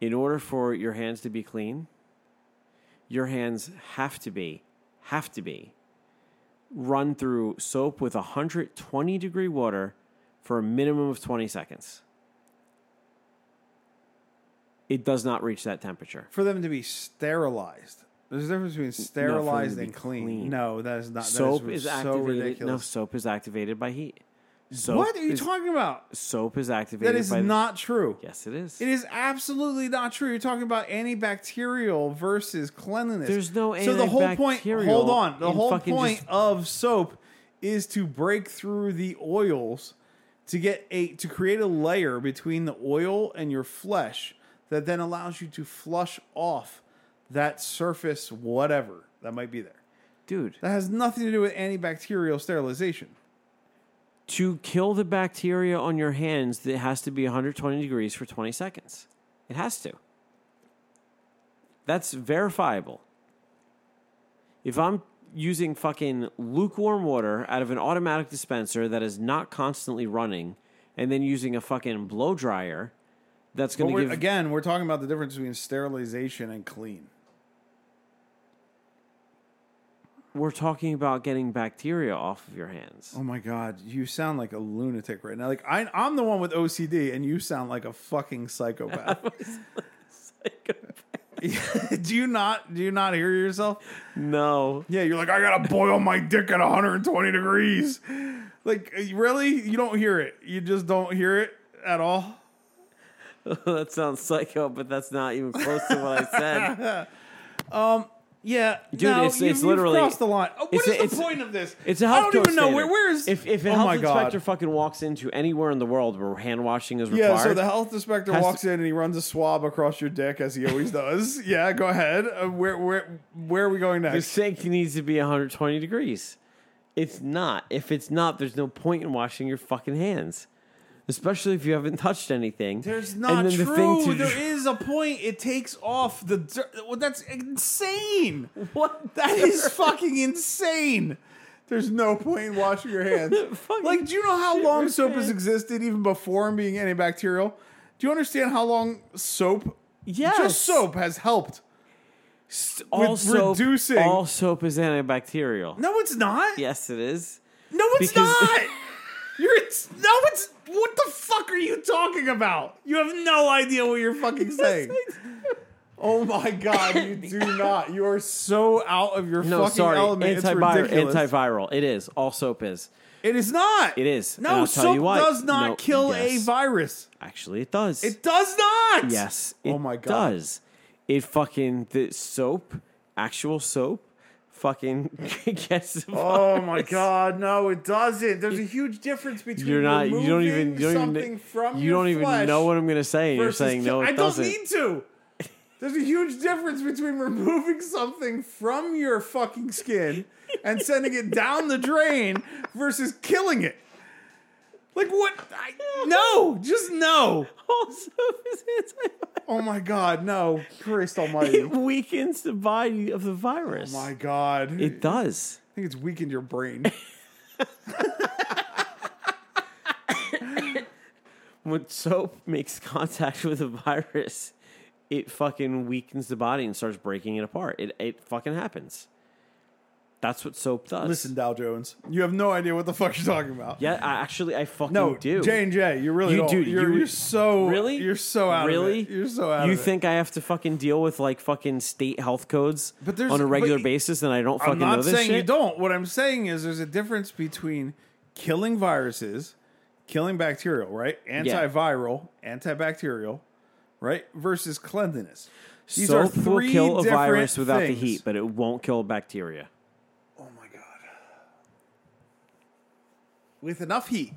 in order for your hands to be clean, your hands have to be have to be run through soap with 120 degree water for a minimum of 20 seconds. It does not reach that temperature. For them to be sterilized. There's a difference between sterilized to and be clean. clean. No, that is not. that soap is so activated. no, ridiculous. soap is activated by heat. Soap what are you is- talking about? Soap is activated. That is by the- not true. yes, it is. It is absolutely not true. You're talking about antibacterial versus cleanliness. There's no so the whole point. antibacterial Hold on. The in whole fucking point just- of soap is to break through the oils to get a to create a layer between the oil and your flesh that then allows you to flush off that surface whatever that might be there. Dude, That has nothing to do with antibacterial sterilization. to kill the bacteria on your hands, it has to be 120 degrees for 20 seconds. It has to. That's verifiable. If I'm using fucking lukewarm water out of an automatic dispenser that is not constantly running and then using a fucking blow dryer, that's But going to we're- give again, we're talking about the difference between sterilization and clean. we're talking about getting bacteria off of your hands. Oh my god, you sound like a lunatic right now. Like I, I'm the one with OCD, and you sound like a fucking psychopath. do you not? Do you not hear yourself? no. Yeah, you're like I gotta boil my dick at 120 degrees. Like uh, really, you don't hear it. You just don't hear it at all. that sounds psycho, but that's not even close to what I said. Yeah, Dude, it's- it's literally- crossed the line. Oh, what it's is a- the it's- point of this? It's a I health don't even code know standard. where. Where is if if a Oh health my God. inspector fucking walks into anywhere in the world where hand washing is required? Yeah, so the health inspector Has to- walks in and he runs a swab across your dick as he always does. Yeah, go ahead. Uh, where where where are we going the next? sink needs to be 120 degrees. It's not. If it's not, there's no point in washing your fucking hands, especially if you haven't touched anything. There's And not then the true. thing to- there is a point. It takes off the. dirt- Well, that's insane. What? That is fucking insane. There's no point in washing your hands. Fucking like, do you know how shit, long man. soap has existed even before being antibacterial? Do you understand how long soap, Yes. just soap, has helped? all with soap, reducing- all soap is antibacterial. No, it's not. Yes, it is. No, it's Because- not. You're it's, no, it's what the fuck are you talking about? You have no idea what you're fucking saying. Oh my god, you do not. You are so out of your No, fucking sorry. element. Antiviral, it's ridiculous. antiviral. It is. All soap is. it is not. It is. And No, I'll soap tell you why. does not No, kill a yes. virus. Actually, it does. It does not. Yes. It Oh my God. Does it fucking the soap? Actual soap fucking gets. the Oh virus. my god, no, it doesn't. There's a huge difference between You're not. You don't even. removing You don't something even. from You your don't even flesh know what I'm gonna say. and You're versus saying no. ki- It I doesn't. don't need to. There's a huge difference between removing something from your fucking skin and sending it down the drain versus killing it. Like what? I, no, just no. Also, it's anti- Oh my god, no, Christ Almighty. Oh it weakens the body of the virus. My god, It does. I think it's weakened your brain. When soap makes contact with a virus, it fucking weakens the body and starts breaking it apart. It it fucking happens. That's what soap does. Listen, Dow Jones, you have no idea what the fuck you're talking about. Yeah, I actually I fucking No, do. J and J, you really You don't. do. You're, You- you, are so Really? You're so out. Really? Of it. You're so out. You of it. think I have to fucking deal with like fucking state health codes But there's- on a regular but- basis and I don't fucking I'm not know this saying shit? you don't. What I'm saying is there's a difference between killing viruses, killing bacterial, right? Antiviral, antibacterial, right? Versus cleanliness. These soap are three will kill a different virus without things. the heat, but it won't kill bacteria. Oh my god. With enough heat,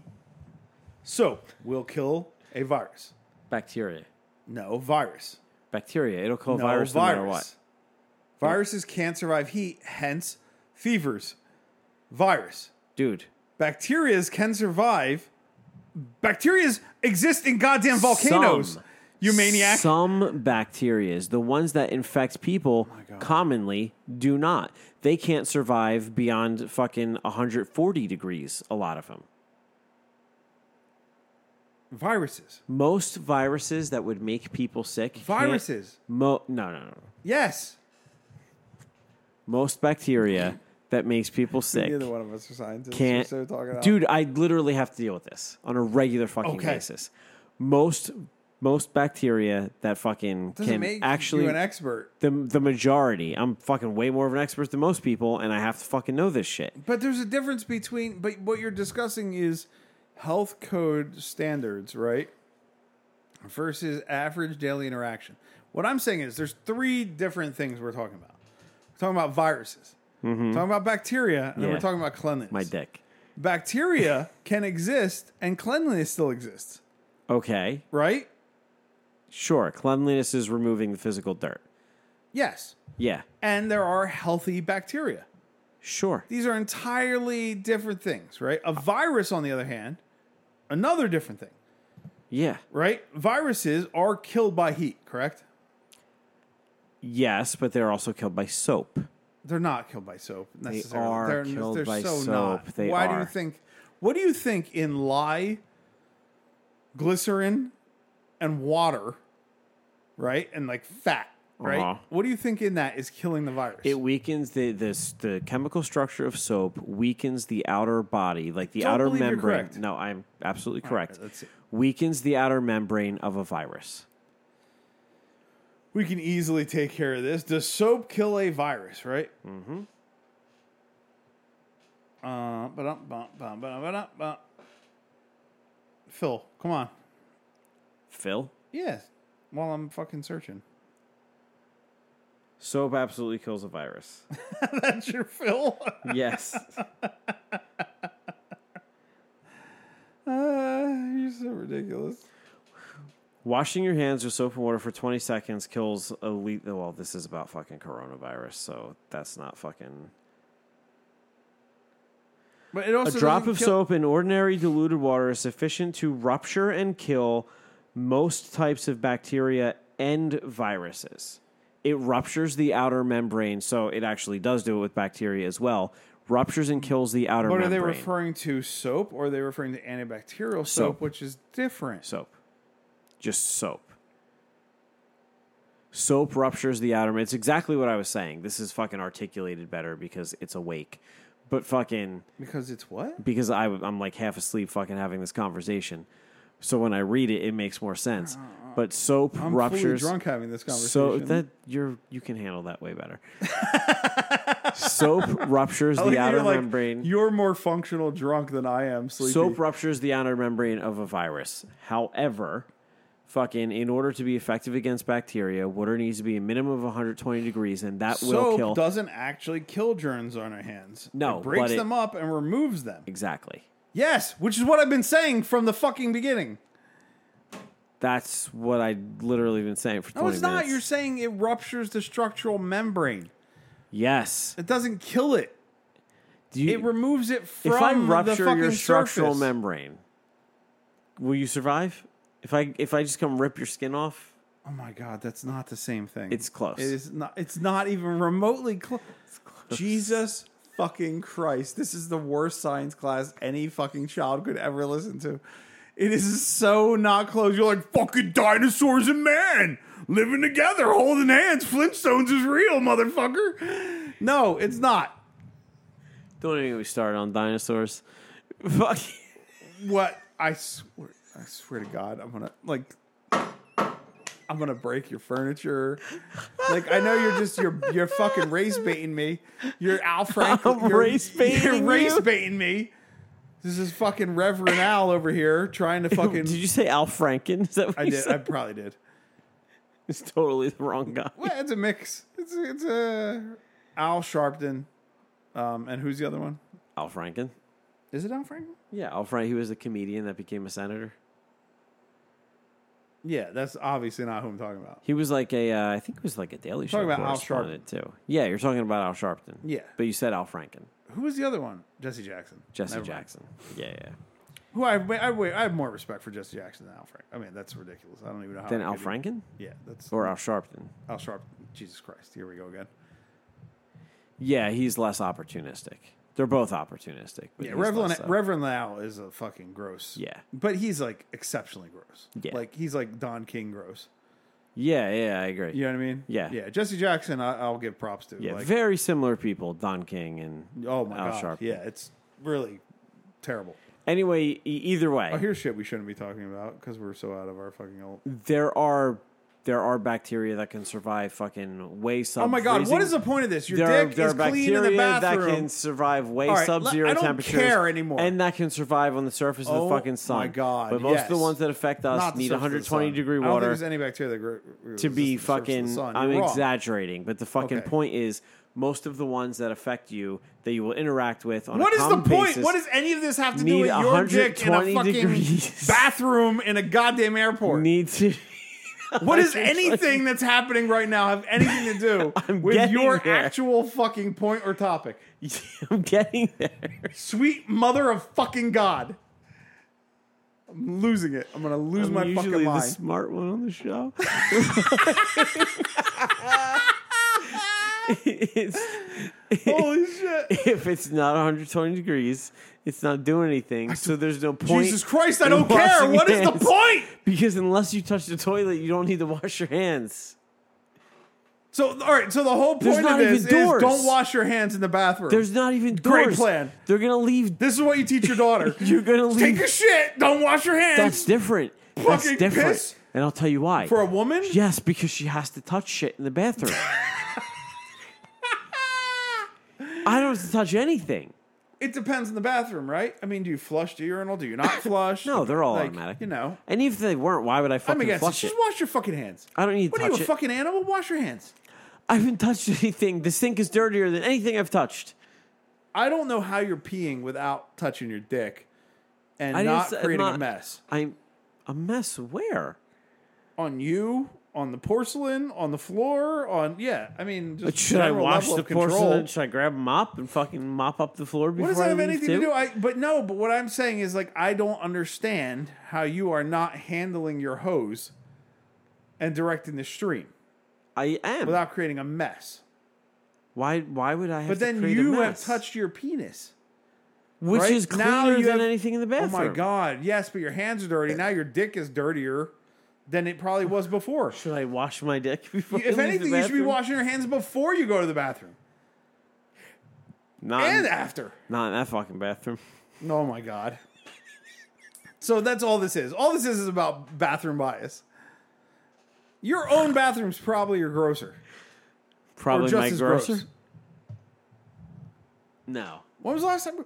soap will kill a virus. Bacteria. No virus. Bacteria. It'll kill a No virus, no matter what. virus. Viruses can't survive heat, hence fevers. Virus. Dude. Bacterias can survive. Bacterias exist in goddamn volcanoes. Some. you maniac. Some bacterias, the ones that infect people Oh commonly, do not. They can't survive beyond fucking 140 degrees, a lot of them. Viruses. Most viruses that would make people sick. can't- Viruses. Mo- no, no, no. Yes. Most bacteria that makes people sick Neither one of us are scientists. can't. We're so talking about- Dude, I literally have to deal with this on a regular fucking Okay. basis. Most most bacteria that fucking doesn't can make actually you an expert. the the majority. I'm fucking way more of an expert than most people, and I have to fucking know this shit. But there's a difference between. But what you're discussing is health code standards, right? Versus average daily interaction. What I'm saying is there's three different things we're talking about. We're talking about viruses. We're talking about bacteria, and then Mm-hmm. Yeah. we're talking about cleanliness. My dick. Bacteria can exist, and cleanliness still exists, Okay, right? sure. Cleanliness is removing the physical dirt. Yes. Yeah, And there are healthy bacteria. sure. These are entirely different things, right? A virus, on the other hand, another different thing. Yeah, right? Viruses are killed by heat, correct? yes, but they're also killed by soap. They're not killed by soap necessarily. are they're, killed they're by so soap. Not. They Why do are. you think? What do you think in lye, glycerin, and water, right? And like fat, right? Uh-huh. What do you think in that is killing the virus? It weakens the this the chemical structure of soap weakens the outer body, like the Don't outer believe you're membrane. correct. No, I'm absolutely correct. right, let's see. Weakens the outer membrane of a virus. we can easily take care of this. Does soap kill a virus, right? Mm Mm-hmm. hmm. Uh, ba-dum, bum, bum, ba-dum, ba-dum, bum. Phil, come on. Phil, Yes. While I'm fucking searching. soap absolutely kills a virus. That's your Phil. yes. Ah, you're so ridiculous. Washing your hands with soap and water for 20 seconds kills a le- well, this is about fucking coronavirus, so that's not fucking But it A also drop doesn't of kill- soap in ordinary diluted water is sufficient to rupture and kill most types of bacteria and viruses. It ruptures the outer membrane, so it actually does do it with bacteria as well. Ruptures and kills the outer But are they membrane. referring to soap or are they referring to antibacterial soap, Soap. which is different? soap. Just soap. Soap ruptures the outer. It's exactly what I was saying. This is fucking articulated better because it's awake. But fucking Because it's what? because I, am like half asleep fucking having this conversation. So when I read it, it makes more sense. But soap Uh, I'm ruptures. fully drunk having this so conversation. that you're you can handle that way better. soap ruptures I the like that outer Oh, you're like, membrane. You're more functional drunk than I am. Sleepy. Soap ruptures the outer membrane of a virus. However, fucking in order to be effective against bacteria, water needs to be a minimum of 120 degrees, and that will Soap kill. doesn't actually kill germs on our hands. No, it breaks but it- them up and removes them. Exactly. Yes, which is what I've been saying from the fucking beginning. That's what I literally been saying for 20 No, it's not. minutes. You're saying it ruptures the structural membrane. yes. It doesn't kill it. Do you, It removes it from if I the rupture fucking your structural surface. membrane, will you survive? If I if I just come rip your skin off, Oh my god, that's not the same thing. It's close. It is not. It's not even remotely close. Jesus fucking Christ! This is the worst science class any fucking child could ever listen to. It is so not close. You're like fucking dinosaurs and man living together, holding hands. Flintstones is real, motherfucker. No, it's not. don't even get me started on dinosaurs. Fuck. What I swear, I swear to God, I'm gonna like. I'm gonna break your furniture. Like I know you're just you're you're fucking race baiting me. You're Al Franklin. I'm you're, race baiting You're you? race baiting me. This is fucking Reverend Al over here trying to fucking. Did you say Al Franken? Is that what I you did. I said? probably did. It's totally the wrong guy. Well, it's a mix. It's it's a Al Sharpton, um, and who's the other one? Al Franken. Is it Al Franklin? Yeah, Al Franken. He was the comedian that became a senator. Yeah, that's obviously not who I'm talking about. He was like a, uh, I think it was like a Daily Show Talking about Al correspondent too. Yeah, you're talking about Al Sharpton. Yeah. but you said Al Franken, Who was the other one? Jesse Jackson. Jesse Never mind. Jackson. Yeah, yeah. Who I, I wait, I have more respect for Jesse Jackson than Al Frank. I mean, that's ridiculous. I don't even know how. Then I Al could- Franken Yeah, that's or Al Sharpton. Al Sharp. Jesus Christ! Here we go again. Yeah, he's less opportunistic. They're both opportunistic. but Yeah, he's Reverend less uh, so. Reverend Lau is a fucking gross. Yeah. but he's like exceptionally gross. Yeah. like he's like Don King gross. Yeah, yeah, I agree. You know what I mean? Yeah. yeah. Jesse Jackson, I, I'll give props to. Yeah, like, very similar people, Don King and oh my Al god, Sharpton. yeah, it's really terrible. Anyway, e- either way, Oh, here's shit we shouldn't be talking about because we're so out of our fucking old. there are there are bacteria that can survive fucking way sub. Oh my god, what is the point of this? Your there, dick there is are bacteria clean in the bathroom. that can survive way All right, sub-zero I don't temperatures. care anymore. And that can survive on the surface of Oh the fucking sun. my God, But most yes. of the ones that affect us Not the need surface of the 120 sun. degree I don't think water there's any bacteria that grow- resist to be the surface of the fucking. sun. I'm You're wrong. exaggerating, but the fucking Okay. point is most of the ones that affect you that you will interact with on What a is the common point? basis what does any of this have to do need with your dick in a 120 fucking degrees. bathroom in a goddamn airport? need to. what does anything that's happening right now have anything to do I'm with getting your there. actual fucking point or topic? I'm getting there. Sweet mother of fucking god. I'm losing it. I'm gonna lose I'm my usually fucking the mind. smart one on the show. Holy shit. if it's not 120 degrees, it's not doing anything. So there's no point. Jesus Christ, I in don't care. washing What is the hands. point? Because unless you touch the toilet, you don't need to wash your hands. So all right, so the whole There's point of not this even is doors. don't wash your hands in the bathroom. There's not even Great doors. plan. They're gonna leave. this is what you teach your daughter. You're gonna Take leave. your shit. Don't wash your hands. That's different. That's Fucking different. piss. And I'll tell you why. For a woman? yes, because she has to touch shit in the bathroom. I don't have to touch anything. It depends on the bathroom, right? I mean, do you flush the urinal? Do you not flush? No, they're all Like, automatic. You know. And even if they weren't, why would I I'm fucking against it. flush it? Just wash your fucking hands. I don't need to What are touch you, a it. fucking animal? Wash your hands. I haven't touched anything. The sink is dirtier than anything I've touched. I don't know how you're peeing without touching your dick and I didn't not say- I'm creating a not- mess. I'm a mess. Where? On you, on the porcelain, on the floor, on yeah. I mean, just Should I general wash level the of control. porcelain? Should I grab a mop and fucking mop up the floor before What does that I have leave anything too? to do? I but no, but what I'm saying is like I don't understand how you are not handling your hose and directing the stream I am. without creating a mess. why? Why would I have? But to then create a you have mess? touched your penis. which right? is Now cleaner you than have- anything in the Oh bathroom. my god, yes, but your hands are dirty. Now your dick is dirtier than it probably was before. Should I wash my dick before? If I leave anything, the you should be bathroom? washing your hands before you go to the bathroom Not, and in, after. not in that fucking bathroom. Oh my god. So that's all this is. All this is is about bathroom bias. Your own bathroom's probably your grosser. Or Probably just my as grocer. gross. No, When was the last time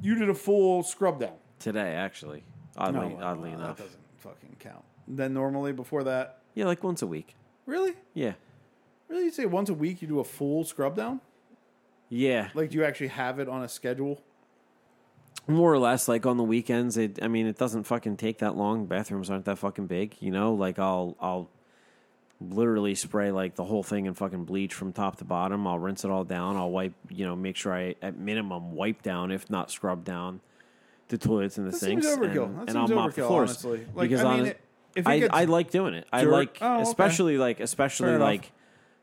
you did a full scrub down? today actually. Oddly, well, oddly enough, That doesn't fucking count. than normally before that. Yeah, like once a week. Really? Yeah. Really? You say once a week you do a full scrub down? Yeah. Like, do you actually have it on a schedule? more or less like on the weekends it i mean it doesn't fucking take that long bathrooms aren't that fucking big you know like i'll i'll literally spray like the whole thing in fucking bleach from top to bottom i'll rinse it all down i'll wipe you know make sure i at minimum wipe down if not scrub down the toilets and the That seems sinks overkill. and, That and i'll seems mop the overkill, floors honestly. Like, because I mean, honest- it- if it I, gets I like doing it i dirt- like Oh, okay. especially like especially Fair enough. like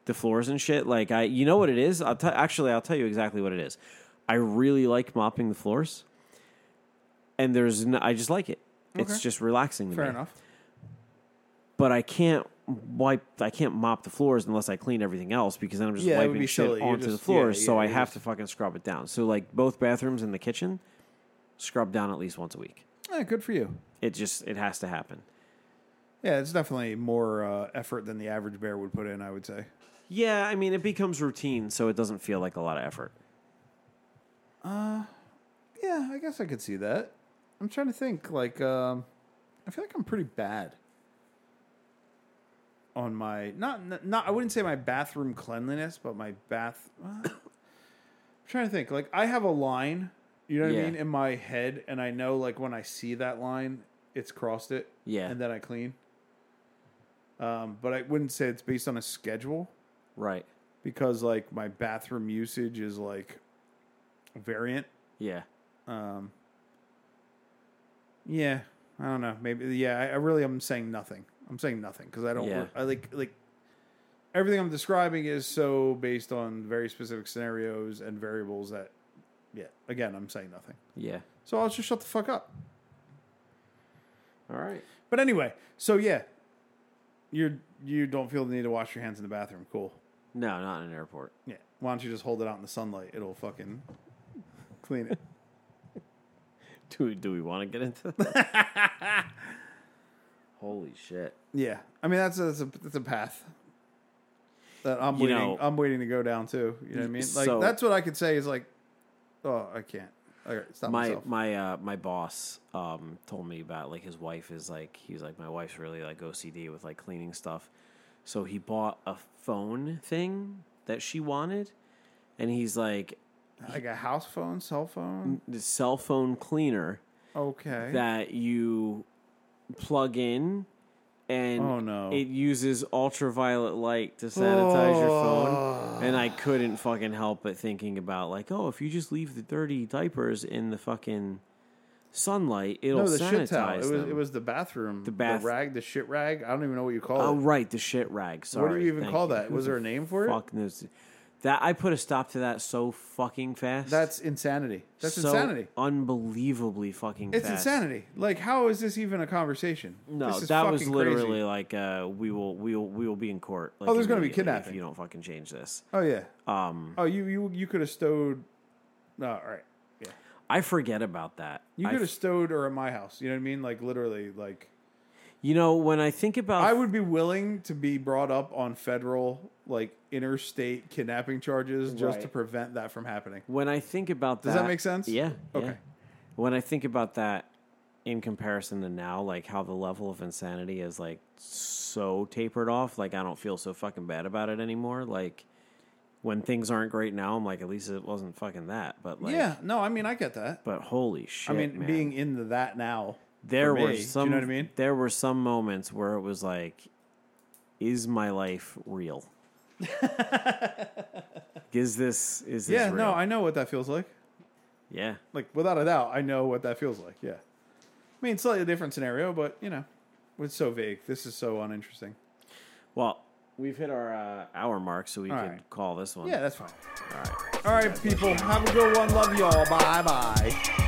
the floors and shit. Like I, you know what it is. I'll tell. Actually, I'll tell you exactly what it is. I really like mopping the floors, and there's no, I just like it. It's Okay. just relaxing to Fair me. enough. But I can't wipe. I can't mop the floors unless I clean everything else because then I'm just Yeah, it would wiping be shit silly. You're onto the just- floors. yeah, so yeah, I you're have just- to fucking scrub it down. So like both bathrooms and the kitchen, scrub down at least once a week. Yeah, Eh, good for you. It just it has to happen. Yeah, it's definitely more uh, effort than the average bear would put in, I would say. Yeah, I mean it becomes routine, so it doesn't feel like a lot of effort. Yeah, I guess I could see that. I'm trying to think. Like, um, I feel like I'm pretty bad on my not not. I wouldn't say my bathroom cleanliness, but my bath. well, I'm trying to think. Like, I have a line. You know what Yeah. I mean in my head, and I know like when I see that line, it's crossed it. Yeah. and then I clean. Um, but I wouldn't say it's based on a schedule Right. because like my bathroom usage is like variant. Yeah. Um, yeah, I don't know. Maybe yeah. I, I really am saying nothing. I'm saying nothing because I don't. Yeah. I like like everything I'm describing is so based on very specific scenarios and variables that. Yeah, again, I'm saying nothing. Yeah. So I'll just shut the fuck up. All right. But anyway, so yeah, you're you don't feel the need to wash your hands in the bathroom. Cool. No, not in an airport. Yeah. Why don't you just hold it out in the sunlight? It'll fucking clean it. Do we, do we want to get into that? Holy shit. Yeah, I mean that's a, that's a that's a path that I'm You waiting. know- I'm waiting to go down too. You know what I mean? Like So- that's what I could say is like, oh, I can't. Okay, stop my myself. my uh, my boss um, told me about like his wife is like he's like my wife's really like OCD with like cleaning stuff, so he bought a phone thing that she wanted, and he's like like a house phone, cell phone. the cell phone cleaner Okay. Mm, that you plug in. And Oh, no. it uses ultraviolet light to sanitize your phone. And I couldn't fucking help but thinking about, like, oh, if you just leave the dirty diapers in the fucking sunlight, it'll no, the shit towel. sanitize It was them. it was the bathroom. The bath- the rag, the shit rag. I don't even know what you call oh, it. right, the shit rag. Sorry. what do you even thank call you. that? Was there a name for it? Fuck knows. That I put a stop to that so fucking fast. That's insanity. That's so insanity. Unbelievably fucking. It's fast. insanity. Like, how is this even a conversation? No, This is that was fucking literally crazy. like uh, we will we will we will be in court. Like, Oh, there's gonna be immediately kidnapping. if you don't fucking change this. Oh yeah. Um. Oh, you you you could have stowed. Oh, all right. Yeah. I forget about that. You I could have f- stowed her at my house. You know what I mean? Like literally, like you know when I think about I would be willing to be brought up on federal, like interstate kidnapping charges just to Right. prevent that from happening. when I think about Does that. that make sense? Yeah. Okay. yeah. When I think about that in comparison to now, like how the level of insanity is like so tapered off. Like I don't feel so fucking bad about it anymore. Like when things aren't great now, I'm like at least it wasn't fucking that. But like yeah. No, I mean I get that. But holy shit! I mean, man. being into that now. there for were me, do some You know what I mean? there were some moments where it was like is my life real is this is this Yeah. real? No, I know what that feels like. yeah Like without a doubt, I know what that feels like. Yeah. I mean, slightly different scenario, but you know, it's so vague. This is so uninteresting. well we've hit our uh, hour mark so we All can right. call this one Yeah, that's fine. all right All right, people. Have a good one. Love y'all. Bye bye.